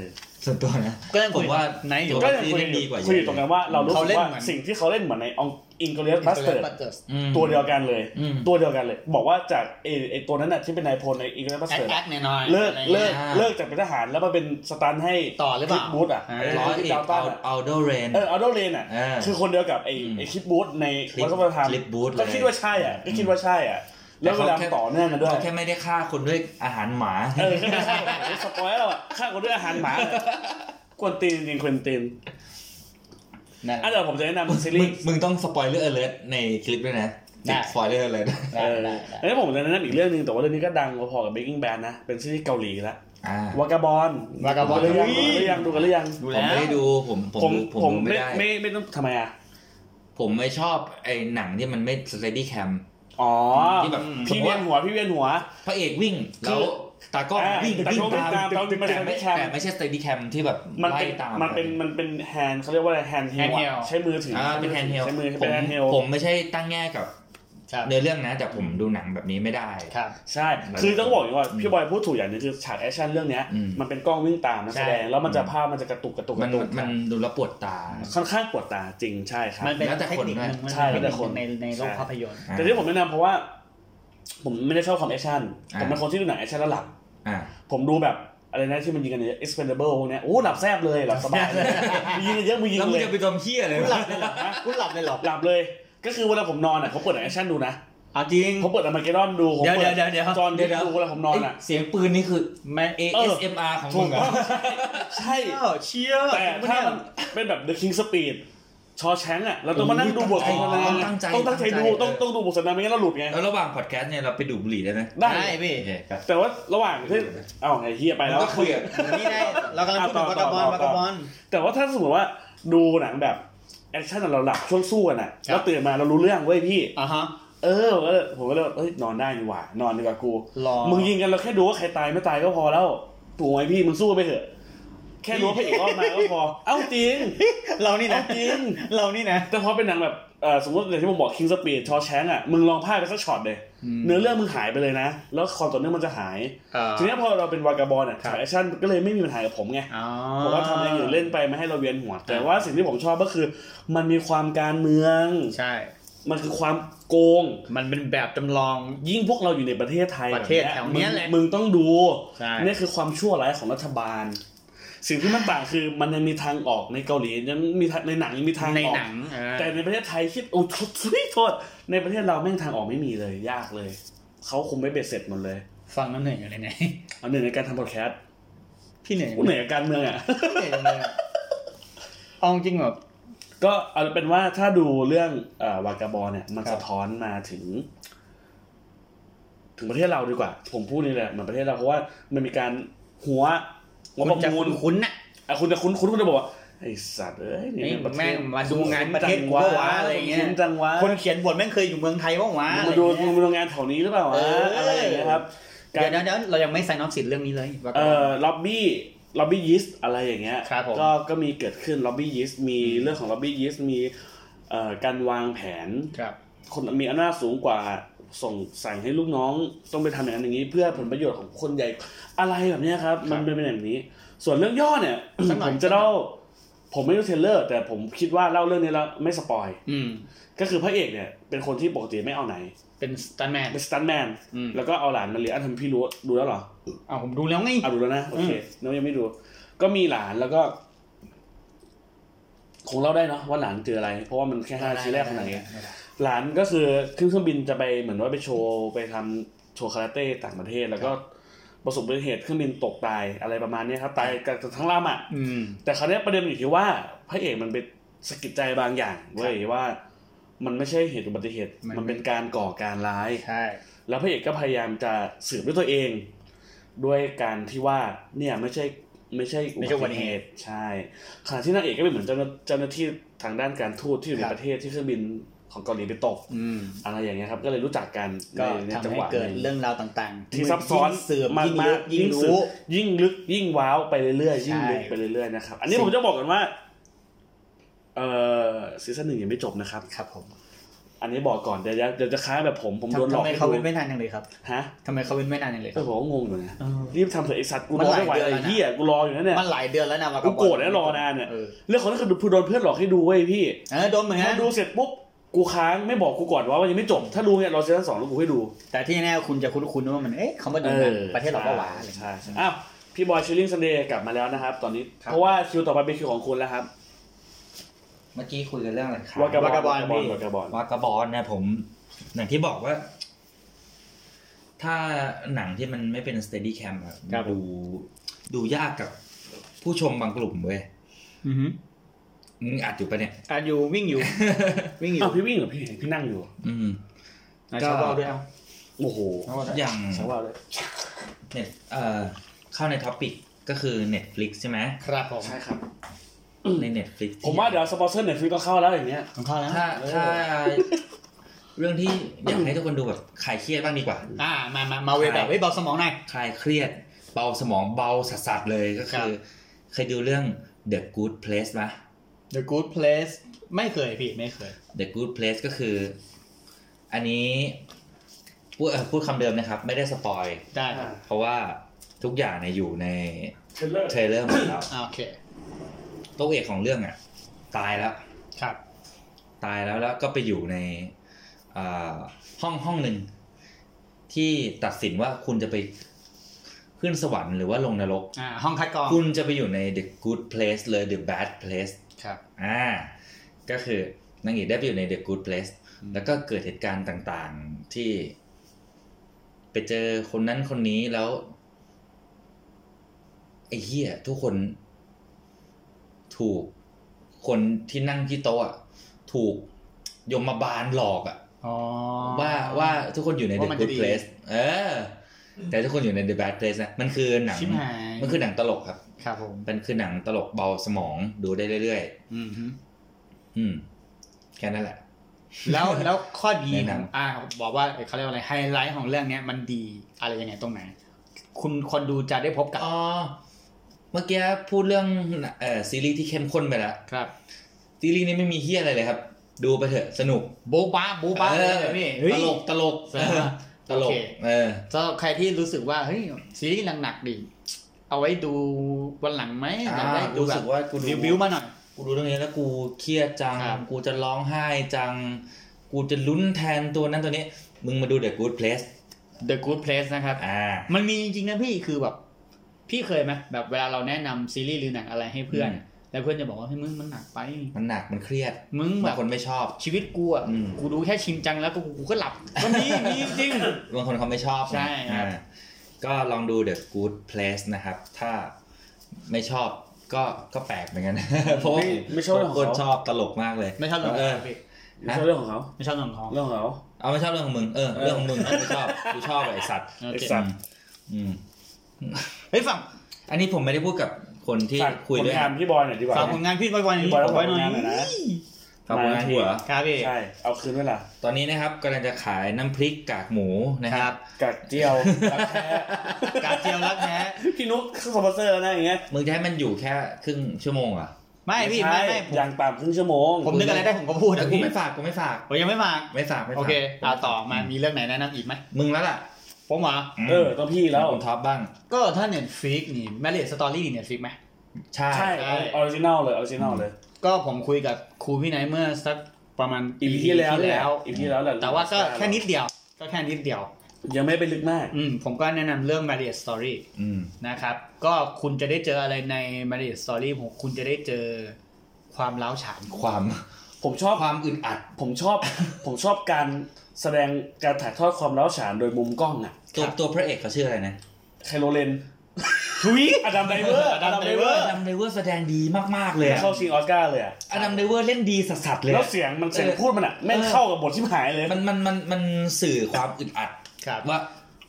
S2: ส่วนตัวนะ
S1: ก็ยัง
S2: ผ
S1: คุ
S2: ม
S1: ย
S2: ว่า
S1: ไหนอยู่
S2: โจ
S3: ก็
S2: เป
S3: ยังคุ
S2: ซี่
S3: ย
S2: เล่นดีกว่าเะ
S3: คุยอยู่ตรงกันว่าเรารู้
S1: เขา
S3: สึก
S1: เล่น
S3: ว่า
S1: เหมือน
S3: สิ่งที่เขาเล่นเหมือนในองอิงเกลียสบัสเตอร์
S2: อืม
S3: ตัวเดียวกันเลย
S2: อืม
S3: ตัวเดียวกันเลย บอกว่าจากไอ้ไอตัวนั้นน่ะที่เป็นนายพลในอิงเกลียสบัส
S1: แอ
S3: เตอ
S1: ค
S3: ร์
S1: แอคหน่อย
S3: เลิก
S1: อะไร
S3: เลิ
S1: เงี้ย
S3: กเลิกจากเป็นทหารแล้วมาเป็นสตันให้
S1: ต่อหรือเปล่า
S3: คิดบูธอ่ะ
S1: อ่า
S3: ไอ้
S2: ร้อย
S3: คิด
S2: เอก
S3: ดาวตันอะ
S2: เอาเอาโดเรน
S3: เออเอาโดเลนอ่ะ
S2: เออ
S3: คือคนเดียวกับไอ้
S2: อืม
S3: ไอ้คิดบูธใน
S2: คลิป
S3: วัฒนธรรม
S2: คลิปบูธเลย
S3: ก็คิดว่าใช่อ่ะก็คิดว่าใช่อ่ะแล้วเวลาต่อเนื่องกันด้วย
S2: เขาแค่ไม่ได้ฆ่าคนด้วยอาหารหมา
S3: เออฆ่าคนสปอยแล้วอ่ะฆ่าคนด้วยอาหารหมาเลยกวนตีนจริงๆกวนตีน
S1: นั่น
S3: อ่ะเดี๋ยวผมจะแนะ
S2: มึง
S3: นำซีรีส์
S2: มึงต้องสปอยเลอร์เลิร์ในคลิปด้วยนะ
S1: ได้
S2: สปอยเลอร์เลิร์
S1: ได้
S3: เออ
S1: ได้ได้
S3: แล้วผมจะแนะนำอีกเรื่องหนึงแต่ว่าเรื่องนี้ก็ดังพอๆกับ Breaking Bad นะ เป็นซีรีส์เกาหลีละ
S2: อ่า
S3: วากาบอล
S1: Vagabond
S3: ดูกันหรือยังดูกันหรือยัง
S1: ดู
S3: ดู
S2: ผ
S1: แล้ว
S2: มไม่ได้ดูผมผ
S3: ผม ม
S2: ดูผม
S3: ผม
S2: ดู
S3: ไม่
S2: ไม่ได้
S3: ไม่ไม่ต้องทำไมอ่ะ
S2: ผมไม่ชอบไอ้หนังที่มันไม่สเตดี้แคม
S3: อ๋อ
S2: ที่แบบ
S3: พี่เวียนหัวพี่เวียนหัว
S2: พระเอกวิ่ง แล้วตากล้อง
S3: อ่า
S2: วิ่ง
S3: ตากล้อง
S2: วิ่ง
S3: วิ่งตาม
S2: ตาม
S3: ตาม
S2: แต่ไม่
S3: steady cam
S2: แต่ไม่ใช่สเตดี้แคมที่แบบ
S3: มัน
S2: ไล่
S3: เป็น
S2: ตาม
S3: มันเป็นมันเป็นแฮนเขาเรียกว่าอะไรแฮนด์เฮล
S1: handheld
S3: ใช้มือถือ
S2: อ่าเป็นแฮนด์เฮล
S3: ใช้มือ
S2: ผ
S3: เป็น
S2: ม
S3: แฮนด์เฮล
S2: ผมไม่ใช่ตั้งแง่กับ
S1: ครับ
S2: เนื้อเรื่องนะ แต่ผมดูหนังแบบนี้ไม่ได้
S1: ครับ
S3: ใช่ คือต้องบอกอย่างนี้ว่าพี่บอยพูดถูกอย่างหนึงคือฉากแอคชั่นเรื่องเนี้ย
S2: อืม
S3: มันเป็นกล้องวิ่งตามนัก
S1: ใช่
S3: แสดง แล้วมันจะภาพมันจะกระตุกกระตุกก
S2: มัน
S3: ระตุก
S2: มันดูแล้วปวดตา
S3: ค่อนข้างปวดตาจริงใช่ครับ
S1: มันเป็น
S2: แล้วแต่
S1: เทค
S2: คน
S1: นิค
S2: ด้วย
S1: หนึงมัน
S3: ใช่แล้วแต่คน
S1: ในในโลกภาพยนตร์
S2: อ่า
S3: แต่ที่ผมแนะนำเพราะว่า ผมไม่ได้ชอบความแอคชั่น
S2: อ่า
S3: ผมเป็นคนที่ดูหนังแอคชั่นแล้วหลับ
S2: อ่า
S3: ผมดูแบบอะไรนะที่มันยิงกันเยอะ expendable พวกเนี้ยโอ้หลับแซบเลยหลับสบายเลยยิงกันเยอะมึงยิง
S2: แล้วมึง
S3: เลย
S2: จะไปดมเฮี้ยเลย
S1: คุณหลับเลยเหรอ
S3: หลับเลย ก็คือเวลาผมนอนอ่ะผมเปิดแอคชั่นดูนะ
S1: เอาจริง
S3: ผมเปิดอเมริกาดอนดูผม
S1: เดี๋ยว
S3: เปิ
S1: เดี๋ยวเดี๋ยว
S3: จอห์นดิ
S2: เดี๋ยวเดี๋ยว
S3: ดูเวลาผมนอนอ่ะ
S2: เสียงปืนนี่คือแมน ASMR ของมึงเหรอ
S3: ใช่
S1: เชี่ยวเชี่ยว
S3: แต่ถ้ามันเป็นแบบ The King Speed ชอแชงอ่ะเราต้องมานั่งดูบทสนทนา
S2: ต้องตั้งใจ
S3: ต้องตั้งใจ
S2: ตั้งใจ
S3: ดูต้องต้องดูบทสนทนาไม่งั้นเราหลุดไง
S2: แล้วระหว่างพอดแคสต์เนี่ยเราไปดูดบุหรี่ได้ไหม
S3: ได้
S1: ได้พี่
S2: โอเคครับ
S3: แต่ว่าระหว่างที่เอ้าไอ้เฮียไป แล้ว
S2: ก็คุยกับ
S1: นี่ได้เรากำลังพูดถึงวากาบอลวากาบอล
S3: แต่ว่าถ้าสมมติว่าดูหนังแบบแอคชั่นอะเราหลับช่วงสู้กันอ่ะ
S1: ครับ
S3: แล้วตื่นมาเรารู้เรื่องเว้ยพี่
S1: อ่ะฮะ
S3: เออผมก็เลยผมก็เลยเอ้ยนอนได้นี่หว่านอนดีกว่ากู
S1: รอ
S3: มึงยิงกันเราแค่ดูว่าใครตายไม่ตายก็พอแล้วถูกไหมพี่มึงสู้ไปเถอะ แค่รู้ว่าพระเอกรอดมาก็พอ เอ้าจริง
S1: เรานี่นะ
S3: เอาจริง
S1: เรานี่นะ
S3: แต่พอเป็นหนังแบบเอ่อสมมติอย่างที่ผมบอกคิงสปีดชอแชงอ่ะมึงลองพลาดไปสักช็อตเลยเนื้อเรื่องมึงหายไปเลยนะ แล้วความต่อเนื่องมันจะหาย ทีเนี้ยพอเราเป็นวากาบอลเนี่ย
S1: ครับ
S3: แอคชั่นก็เลยไม่มีปัญหากับผมไง
S1: อ๋อ
S3: ผมว่าทำอะไรอื่นเล่นไปไม่ให้เราเวียนหัว แต่
S1: อ่า
S3: ว่าสิ่งที่ผมชอบก็คือ มันมีความการเมือง
S1: ใช่
S3: มันคือความโกง
S1: มันเป็นแบบจำลอง
S3: ยิ่งพวกเราอยู่ในประเทศไทย
S1: ประเทศแถวเนี้ย
S3: บบ
S1: แหละ
S3: มึงต้องดู
S1: ใช่
S3: นี่คือความชั่วร้ายของรัฐบาล สิ่งที่มันต่างคือมันยังมีทางออกในเกาหลียังมีทางในหนังยังมีทาง
S1: ใน
S3: ออก
S1: หนังเออ
S3: แต่ในประเทศไทยคิดโอ้ โทษโทษในประเทศเราแม่งทางออกไม่มีเลย ยากเลยเขาคงไม่เบ็ดเสร็จหมดเลย
S1: ฟังน้ำเหนื่อยอยู่เลยเนี่ย
S3: เอาหนึ่งในการทำพอดแคสต์
S1: พี่เหนื่อยไหม
S3: กูเหนื่อย กับการเมืองอ่ะ
S1: เหนื่อยจังเลยอะ เอาจริงแบบ
S3: ก็เอาเป็นว่าถ้าดูเรื่องเอ่อวากาบอลเนี่ย มัน
S1: ครับ
S3: สะท้อนมาถึง ถึงประเทศเราดีกว่า ผมพูดนี่แหละเหมือนประเทศเราเพราะว่ามันมีการหัวหัวประมูล
S1: คุ้นๆน่ะ
S3: อ่ะคุณจะคุณคุณคุณจะบอกว่าไอสัตว์เอ้ยนี่
S1: ไอ้
S3: ประเทศ
S1: แม่งมาดูงานประเทศกู
S3: วะ
S1: ปะวะอะไรเงี้ย
S3: คุ้นจังวะ
S1: คนเขียนบทแม่งเคยอยู่เมืองไทยบ้างวะ
S3: มาดู
S1: อะไรเงี้ย
S3: มาดูงานแถวนี้หรือเปล่าวะ
S1: เอออ
S3: อะไรอย่างเงี้ยครับ
S1: เดี๋ยวเดี๋ยวเดี๋ยวเรายังไม่ไซน์นอฟสิทธิ์เรื่องนี้เลยว่า
S3: เอ่อล็อบบี้ล็อบบี้ยิสอะไรอย่างเงี้ย
S1: ครับผม
S3: ก็ก็มีเกิดขึ้นล็อบบี้ยิสมีเรื่องของล็อบบี้ยิสมีเอ่อการวางแผน
S1: ครับ
S3: คนมีอำนาจสูงกว่าส่งสั่งให้ลูกน้องต้องไปทำอย่างนั้นอย่างนี้ เพื่อผลประโยชน์ของคนใหญ่อะไรแบบเนี้ยครับ มันเป็นอย่างนี้ ส่วนเรื่องย่อเนี่ย
S1: สักหน่อย
S3: ผมจะเล่าผมไม่รู้เทรลเลอร์ แต่ผมคิดว่าเล่าเรื่องนี้แล้วไม่สปอย
S1: อืม
S3: ก็คือพระเอกเนี่ย เป็นคนที่ปกติไม่เอาไหน
S1: เป็นสตันแมน
S3: เป็นสตันแมน
S1: อืม
S3: แล้วก็เอาหลานมาเลี้ยงอ่ะทำพี่รู้ดูแล้วเหรอ
S1: อ้าวผมดูแล้วไง
S3: อ่ะดูแล้วนะโอเคน้องยังไม่ดู ก็มีหลานแล้วก็ คงเล่าได้เนาะว่าหลานเจออะไร เพราะว่ามันแค่ห้านาทีแรกของหนังเอง หลานก็คือขึ้นเครื่องบินจะไปเหมือนว่าไปโชว์ไปทำโชว์คาราเต้ต่างประเทศ แล้วก็ประสบอุบัติเหตุเครื่องบินตกตายอะไรประมาณเนี้ยครับตายกันทั้งลำอ่ะ
S1: อืม
S3: แต่คราวเนี้ยประเด็นมันอยู่ที่ว่าพระเอกมันไปสะกิดใจบางอย่างเว้ยว่า มันไม่ใช่เหตุอุบัติเหตุ
S1: มัน
S3: มันเป็นการก่อการร้าย
S1: ใช่
S3: แล้วพระเอกก็พยายามจะสืบด้วยตัวเอง ด้วยการที่ว่าเนี่ยไม่ใช่ไม่ใช่
S1: ไม่ใช่อุบัติเหตุ
S3: ใช่ขณะที่นางเอกก็เป็นเหมือนเจ้าหน้าเจ้าหน้าที่ทางด้านการทูตที่อยู่
S1: ค
S3: ใน
S1: รับ
S3: ประเทศที่เครื่องบินของเกาหลีไปตก
S1: อืม
S3: อะไรอย่างเงี้ยครับ ก็เลยรู้จักกัน
S1: ก็
S3: ใน
S1: ทำ
S3: จัง
S1: ให้
S3: หวะ
S1: เกิด
S3: หนึ่ง
S1: เรื่องราวต่างๆ
S3: ที่ซับซ้อน
S1: ยิ่งเสื่อม
S3: มาก
S1: ยิ่งลึกยิ่
S3: มาก
S1: ง
S3: ซึก
S1: รู้
S3: ยิ่งลึกยิ่งว้าวไปเรื่อยๆยิ่งลึก
S1: ใช่
S3: ไปเรื่อยๆนะครับ อันนี้
S1: สิ่ง
S3: ผมจะบอกกันว่า เอ่อซีซั่นหนึ่งยังไม่จบนะครับ
S1: ครับผม
S3: อันนี้บอกก่อนเดี๋ยวจะเดี๋ยวจะค้างแบบผมผมโดนหล
S1: ทำ
S3: อก
S1: ไม
S3: ให้
S1: เขาเว้น
S3: ดู
S1: ไม่นานจังเลยครับ
S3: ฮะ
S1: ทำไมเขาเว้นไม่นานจังเลยค
S3: เอ
S1: รั
S3: อบ ผมก็งงอยู่นะ
S1: เออ
S3: รีบทำเถอะไอสัตว์กู
S1: มัน
S3: รอ
S1: หลาย
S3: ไม่ไหว
S1: เดือนแล้ว
S3: ไอ้
S1: นะ
S3: เหี้ยกูรออยู่นะเนี่ย
S1: มันหลายเดือนแล้วนะวากาบอล
S3: กูโกรธแล้วรอนานเนี่ย
S1: เออ
S3: เรื่องของนั้นคือดูโดนเพื่อนหลอกให้ดูเว้ยพี่
S1: เออโดนเหมือน
S3: พ
S1: กั
S3: อน ดูเสร็จปุ๊บกูค้างไม่บอกกูก่อนว่ามันยังไม่จบ ถ้าดูเนี่ยรอซีซั่นสองแล้วกูให้ดู
S1: แต่ที่แน่ๆคุณจะคุ้นๆว่ามันเอ๊ะเขามาดูหนังประเทศเราก็หวาอะไรอย่างเงี้ย
S3: ใช่ใช่อ้าวพี่บอยชิลลิ่งซันเดย์กลับมาแล้วนะครับ ตอนนี้
S1: ครับ
S3: เพราะว่าคิวต่อไปเป็นคิวของคุณแล้วครับ
S2: เมื่อกี้คุยกันเรื่องอะไรครับ
S3: วากาบอล
S1: วากาบอลพี่
S3: วากาบอล
S2: วากาบอลนะผมอย่างที่บอกว่า ถ้าหนังที่มันไม่เป็นสเตดี้แคมอะ
S1: ครับผม
S2: ดูดูยากกับผู้ชมบางกลุ่มเว้ย
S1: อือหือ
S2: มึงอัดอยู่ปะเนี่ย
S1: อ่ะอยู่วิ่งอยู่ วิ่งอยู่
S3: อ้าวพี่วิ่งเหรอพี่พี่นั่งอยู่
S2: อืม
S1: อ่ะชาวบ้านด้วยเอา
S3: โอ้โห
S1: ชาวบ้านด้วย
S2: อย่าง
S3: ใช่ว่าเลย
S2: เน็ตเอ่อเข้าในท็อปิกก็คือ Netflix ใช่ไหม
S1: ครับผม
S3: ใช่ครับ
S2: ใน Netflix
S3: ผมว่าเดี๋ยวสปอนเซอร์เนี่ยฟิวต้องเข้าแล้วอย่างเงี้ย
S1: ของเขาแล้ว
S2: ถ้าถ้า เรื่องที่อยากให้ทุกคนดูแบบคลายเครียดบ้างดีกว่า
S1: อ่ามามามาเวแบบเฮ้ยเบาสมองหน่อย
S2: คลายเครียด เบาสมองเบาสัสๆเลยก็คือ
S1: ครับ
S2: เคยดูเรื่อง The Good Place ปะ
S1: The Good Place ไม่เคยพี่ไม่เคย
S2: The Good Place ก็คือ อันนี้พูดเอ่อพูดคำเดิมนะครับ ไม่ได้สปอย
S1: ได้ครับ
S2: เพราะว่าทุกอย่างเนี่ยอยู่ใน
S3: เทเลอร์
S2: เทรลเลอร์หมดแล้ว
S1: อ่าโอเค
S2: ตัวเอกของเรื่องอ่ะ ตายแล้ว
S1: ครับ
S2: ตายแล้วแล้วก็ไปอยู่ในเอ่อห้องห้องหนึ่ง ที่ตัดสินว่าคุณจะไปขึ้นสวรรค์หรือว่าลงนรก
S1: อ่าห้องคัดกรอง
S2: คุณจะไปอยู่ใน the good place เลย the bad place
S1: ครับ
S2: อ่าก็คือ นางเอกได้ไปอยู่ใน The Good Place แล้วก็เกิดเหตุการณ์ต่างๆที่ ไปเจอคนนั้นคนนี้แล้วไอ้เหี้ยทุกคน ถูกคนที่นั่งที่โต๊ะอะถูกยมบาลหลอกอะ
S1: อ๋อ
S2: ว่าว่าทุกคนอยู่ใน The
S1: ว่ามันจะ
S2: Good
S1: ดี
S2: Place เออ แต่ทุกคนอยู่ใน The Bad Place นะ มันคือหนัง
S1: ชิบหาย
S2: มันคือหนังตลกครับ
S1: ครับผม
S2: มันคือหนังตลกเบาสมองดูได้เรื่อย
S1: อืมฮึ
S2: ๆ อืม แค่นั้นแหละ
S1: แล้วแล้วข้อดี
S2: แนะ
S1: ขอ
S2: นำ
S1: งอ่าบอกว่าเขาเรียกว่าอะไรไฮไลท์ของเรื่องเนี้ยมันดีอะไรยังไงตรงไหน คุณคนดูจะได้พบกับ
S2: อ๋อ เมื่อกี้พูดเรื่องเอ่อซีรีส์ที่เข้มข้นไปแล้ว
S1: ครับ
S2: ซีรีส์นี้ไม่มีเฮียอะไรเลยครับ ดูไปเถอะสนุก
S1: บูบ้าบูบ้า
S2: เออ
S1: นี่
S2: ตลกตลก
S1: เฮ้ย
S2: เออตล
S1: โอก เค
S2: เออ
S1: สำหรับใครที่รู้สึกว่าเฮ้ยซีรีส์หนักๆดิเอาไว้ดูวันหลังไหม
S2: อ่า
S1: อยากได้ดู
S2: รู้
S1: แบ
S2: สึ
S1: บ
S2: กว่ากูดู
S1: รีวิวมาหน่อย
S2: กูดูเรื่องนี้แล้วกูเครียดจัง
S1: ครับ
S2: กูจะร้องไห้จัง กูจะลุ้นแทนตัวนั้นตัวนี้ มึงมาดู The Good Place
S1: The Good Place นะครับ
S2: อ่า
S1: มันมีจริงๆนะพี่คือแบบ พี่เคยไหมแบบเวลาเราแนะนำซีรีส์หรือหนังอะไรให้เพื่อน
S2: อืม
S1: แล้วเพื่อนจะบอกว่าเฮ้ยมึงมันหนักไป
S2: มันหนักมันเครียด
S1: มึงแบบ
S2: าง
S1: บ
S2: คนไม่ชอบ
S1: ชีวิตกูอ่ะ
S2: อืม
S1: กูดูแค่ชินจังแล้วก็กูก็หลับมันมี มีจริง
S2: บางคนเขาไม่ชอบนะ
S1: ใช่ครับ
S2: อ่าก็ลองดู The Good Place นะครับ ถ้าไม่ชอบก็ก็แปลกเหมือนกัน เพราะว่า
S3: ไม่ไม่ชอบ
S2: ผม
S3: ของ
S2: คน
S3: เขา
S2: ชอบตลกมากเลย
S1: ไม่ชอบเรื่องข
S2: เอ
S1: อง
S2: อ
S1: พี่
S3: ไม่ใช่เรื่องของเขา
S1: ไม่ชอบเรื่องของ
S3: เรื่องของเขา
S2: เอาไม่ชอบเรื่องของมึงเออเรื่องของมึงเอาไม่ชอบกูชอบไอ้สัตว์
S1: โอเค
S3: สัตว์
S2: อืม
S1: เฮ้ยฝั่ง
S2: อันนี้ผมไม่ได้พูดกับคนที่
S3: ฝาก
S2: คุยด้ว
S3: ผ
S2: ย
S3: ลงานพี่บอยหน่อยดีกว่า
S1: ฝากผลงานพี่บอยๆหน่อย
S3: พี่บอย
S1: บอยๆหน่
S3: ฝากผลงานหน่อย
S1: อ
S3: นะ
S1: ย
S2: ฝากผลงานกูเหรอ
S1: ครับพี่
S3: ใช่เอาคืนไว้ล่ะ
S2: ตอนนี้นะครับกำลังจะขายน้ำพริกกากหมูนะครับ
S3: กัดเจียวรักแท้
S1: กาเจียวรักแท้
S3: พี่นุ๊กสปอนเซอร์แล้วนะอย่างเงี้ย
S2: มึงจะให้มันอยู่แค่ครึ่งชั่วโมงเหรอ่ะ
S1: ไม่พี่ไม่ไม่ผม
S3: อย่างต่ำครึ่งชั่วโมง
S1: ผมนึกอะไรได้ผมก็พูด
S2: แต่
S1: นะ
S2: กู
S1: พี่
S2: ไม่ฝากกูไม่ฝาก
S1: ผมยังไม่มา
S2: ไม่ฝากไม่ฝาก
S1: โอเคเอาต่อมามีเรื่องไหนแนะนำอีกไหม
S2: มึงแล้วล่ะ
S1: ผมเหรอ
S3: เออต้องพี่แล้ว
S2: ผมท็อปบ้าง
S1: ก็ถ้าเน็ตฟลิกนี่แมรี่สตอรี่เน็ตฟลิกไหม
S2: ใช่
S3: ใช่ออริจินอลเลยออริจินอลเลย
S1: ก็ผมคุยกับครูพี่ไนท์เมื่อสักประมาณ
S3: อีพี
S1: EP
S3: ที่แล้วเนี่ยอีพีที่แล้วแหละ
S1: แต่ว่าก็แค่นิดเดียว ก็แค่นิดเดียว
S3: ยังไม่ไปลึกมาก
S1: อืมผมก็แนะนำเรื่อง Marriage Story
S2: อืม
S1: นะครับ ก็คุณจะได้เจออะไรใน Marriage Story ผมคุณจะได้เจอความล้าวฉาน
S2: ความ
S3: ผมชอบ
S2: ความอึดอัด
S3: ผมชอบ ผมชอบการแสดงการถ่ายทอดความร้าวฉานโดยมุมกล้องอ่ะ
S2: ตัวตัวพระเอกเขาชื่ออะไรนะ
S3: ไคโรเลน
S1: ทุย
S3: อดัมไดเวอร์
S1: อดัมไดเวอร์
S2: อดัมเดเวอร์แสดงดีมากๆเลยอะ
S3: เข้าชิงออสการ์เลยอ่ะ
S2: อดัมเดเวอร์เล่นดีสัสๆเลย
S3: แล้ว
S2: อะ
S3: เสียงมันเสียง
S2: เออ
S3: พูดมันอ่ะแม่ง
S2: เออ
S3: เข้ากับบทที่หายเลย
S2: มันมันมันมันสื่อความอึดอัด
S1: ครับ
S2: ว่า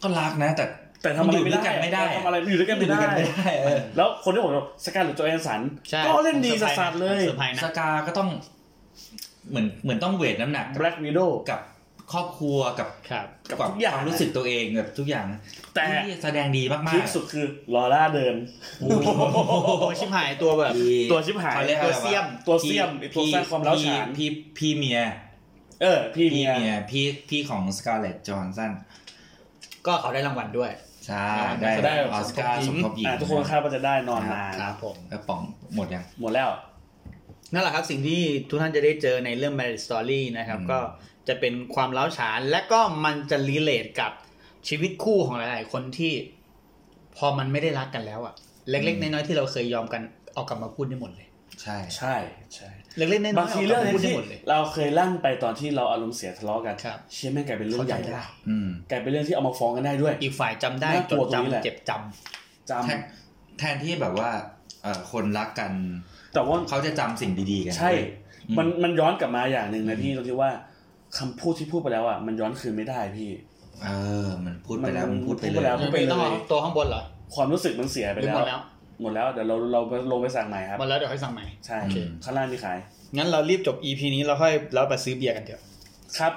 S2: ก็รักนะ แต่
S3: แต่ทำอะไร
S2: ยู่ด้วยกัน
S3: ไม่
S2: ไม่
S3: ได้
S2: ได้
S3: ทำอะไรอยู่ด้วยกันไม่ได้
S2: อยู่ด้วยกันไม่ได้เออ
S3: แล้วคนที่ผมบอกสการ์หรือโจแอนสัน
S1: ใช่
S3: ก็เล่นดี
S1: ผมซอร์ไพร
S3: สัส
S1: นะ
S3: ๆเลย
S1: ผมซอร์ไพรส์
S2: ส
S1: นะ
S2: กาก็ต้องเหมือนเหมือนต้องเวทน้ำหนัก
S3: แบล็กวีโด
S2: กับครอบครัวกับ
S1: ครับ
S3: กับทุกอย่าง
S2: ความรู้สึกตัวเองแบบทุกอย่าง
S3: แต่
S2: ที่แสดงดีมาก
S3: พีค
S2: ๆ
S3: สุดคือลอร่าเดิน
S1: โอ้โหชิบหายตัวแบบ
S2: ดี
S3: ตัวชิบหาย
S2: ขรีก
S1: ตัว
S2: อะไระ
S1: เสี้ยม
S3: ตัวเสี้ยมไอ้ตัว
S2: พี่
S3: สร้างความร้าวฉาน
S2: พี่พี่พี่เมีย
S3: เออ พี่
S2: พี่
S3: เมีย
S2: เมียพี่พี่ของสกาเลตจอห์นสัน
S1: ก็เขาได้รางวัลด้วย
S2: ใช่
S1: จะได้
S2: ได้ออสการ์
S1: ส
S2: ส
S1: ม
S2: ม
S1: ท
S2: ท
S1: บบ ห
S2: ห
S1: ญิ
S2: ญิ
S1: ง
S2: ง
S3: อ่ะทุกคนคาดว่าจะได้นอนมา
S1: ครับผม
S2: แล้วป๋องหมดยัง
S3: หมดแล้ว
S1: นั่นแหละครับสิ่งที่ทุกท่านจะได้เจอในเรื่อง Marriage Story นะครับ
S2: อืม
S1: ก็จะเป็นความร้าวฉาน และก็มันจะรีเลทกับชีวิตคู่ของหลายๆ คนที่ พอมันไม่ได้รักกันแล้วอะเล็กๆ น้อยๆ ที่เราเคยยอมกันเอากลับมาพูดได้หมดเลย
S2: ใช่
S3: ใช่ใช่
S1: เล็กๆน้อยๆ
S3: บางทีเรื่อง
S1: า
S3: นี้
S1: กลับมาพูดได้
S3: ที่
S1: หมดเลย
S3: เราเคยลั่นไปตอนที่เราอารมณ์เสียทะเลาะกัน
S1: ครับ
S3: เชี่ยแม่งกลายเป็นเรื่อง
S1: เข้า
S3: ให
S1: ใจ
S3: ญ่
S1: ได้
S3: ละ
S2: อืม
S3: กลายเป็นเรื่องที่เอามาฟ้องกันได้ด้วย
S1: อีกฝ่ายจำได้
S3: น่าก
S1: จ
S3: ลั
S1: ด
S3: วตรงนี้แห
S1: จำ
S3: ละ
S1: เจ็บจำ
S3: จ
S2: แทนแทนที่แบบว่าเอ่อคนรักกัน
S3: ำแต่ว่า
S2: เขาจะจำสิ่งดีๆกัน
S3: ใช่
S2: เว้ย อืม
S3: มันมันย้อนกลับมาอย่างหนึ่งนะพี่ตรงที่ว่าคำพูดที่พูดไปแล้วอ่ะมันย้อนคืนไม่ได้พี่
S2: เออ มันพูดไปแล้ว
S3: มัน
S2: มันพูดไป
S3: พูด
S2: เล
S3: ไป
S2: ย
S3: แล้ว
S1: ไม่ต้องเอาตัวข้างบนเหรอ
S3: ความรู้สึกมันเสียไป
S1: หรือ
S3: แล้
S1: หม
S3: ว
S1: ดแล้ว
S3: หมดแล้วเดี๋ยวเราเราเราลงไปสั่งใหม่ครับ
S1: หมดแล้วเดี๋ยวค่อยสั่งใหม่
S3: ใช่
S1: โอเค
S3: ข้างล่างมีขาย
S1: งั้นเรารีบจบ EP นี้แล้วค่อยแล้วไปซื้อเบียร์กันเถอะ
S3: ครับ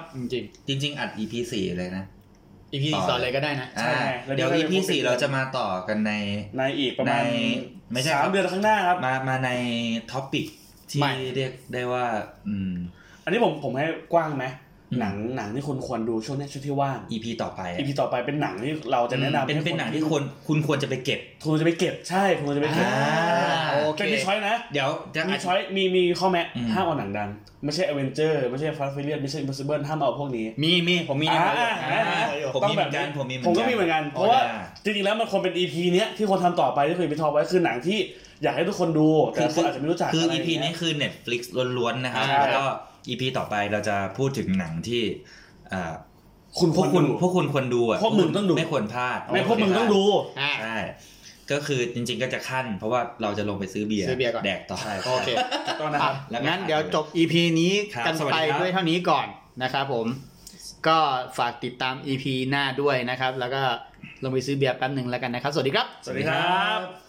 S1: จริง
S2: จริง ๆ อัด EP สี่เลยนะ
S1: ๆ EP สอนเลยก็ได้นะ
S3: ใช่
S2: อ่า
S3: แล้วเดี๋
S2: เดี๋
S3: ย
S2: ยว
S3: เราจะ
S2: ว EP สี่เราจะมาต่อกันใน
S3: ในอีกประมาณ
S2: ในไม่ใช่
S3: สา
S2: ครั
S3: ม
S2: บ
S3: เดือนข้างหน้าครับ
S2: มามาในท็อปิกที่
S1: ไม่
S2: เรียกได้ว่า อืม
S3: อันนี้ผมผมให้กว้างไหม
S2: อืม
S3: หนังหนังที่คุณควรดูช่วงเนี้ยช่วงที่ว่าง
S2: EP ต่อไปอะ
S3: อีพีต่อไปเป็นหนังที่เราจะแนะนำ
S2: เป็นเป็นหนัง
S3: ณ
S2: ที่ควรคุณควรจะไปเก็บ
S3: ทูจะไปเก็บใช่ทูจะไปเก็บ
S2: อ่า
S1: โอเค
S3: เป็นมีช้อยนะ
S2: เดี๋ยวจะ
S3: มี
S2: อัด
S3: ช้อยมีมีข้อแม้
S2: อืม
S3: ห้ามเอาหนังดัง ไม่ใช่อเวนเจอร์ไม่ใช่ฟาสต์ฟิเลียสไม่ใช่อิมพอสิเบิลห้ามเอาพวกนี้
S1: มีมีผมมีนะ
S3: อ่าอ่า
S1: อ่า
S2: ผมมีเหมือนกันผมมีเหมือน
S3: ผ
S2: กั
S3: ม
S2: น
S3: ก็มีเหมือนกัน เพราะว่าจริงๆแล้วมันควรเป็น EP เนี้ยที่คนทำต่อไปที่คุยไปทอไว้คือหนังที่อยากให้ทุกคนดูแต่
S2: คือ
S3: คนอาจจะไม่รู้จัก
S2: คือ
S3: อะไร
S2: EP นี้คือ Netflix ล้วนๆนะครับ
S1: อ่า
S2: แล้วก็ EP ต่อไปเราจะพูดถึงหนังที่เอ่อ
S3: คุณ
S2: พวกคุณ
S3: ดู
S2: พวกคุณควรดูอะ
S3: พวกมึงต้องดู
S2: ไม่ควรพลาด
S3: ไม่พวกมึงต้องดู
S1: อ่า
S2: ใช่ก็คือจริง ๆ ก็จะขั้น เพราะว่าเราจะลงไปซื้อเบียร์
S1: ซื้อเบียร์ก่อน
S2: แดกต่อ
S1: โอเค
S3: ตอนนะครับ
S2: แล้วก็
S1: งั้นเดี๋ยวจบ EP นี้
S2: ครับ
S1: กัน
S2: สวัส
S1: ไป
S2: ดีครับ
S1: ด้วยเท่านี้ก่อนนะครับผม ก็ฝากติดตาม EP หน้าด้วยนะครับ แล้วก็ลงไปซื้อเบียร์แป๊บหนึ่งแล้วกันนะครับ สวัสดีครับ
S3: สวัสดีครับ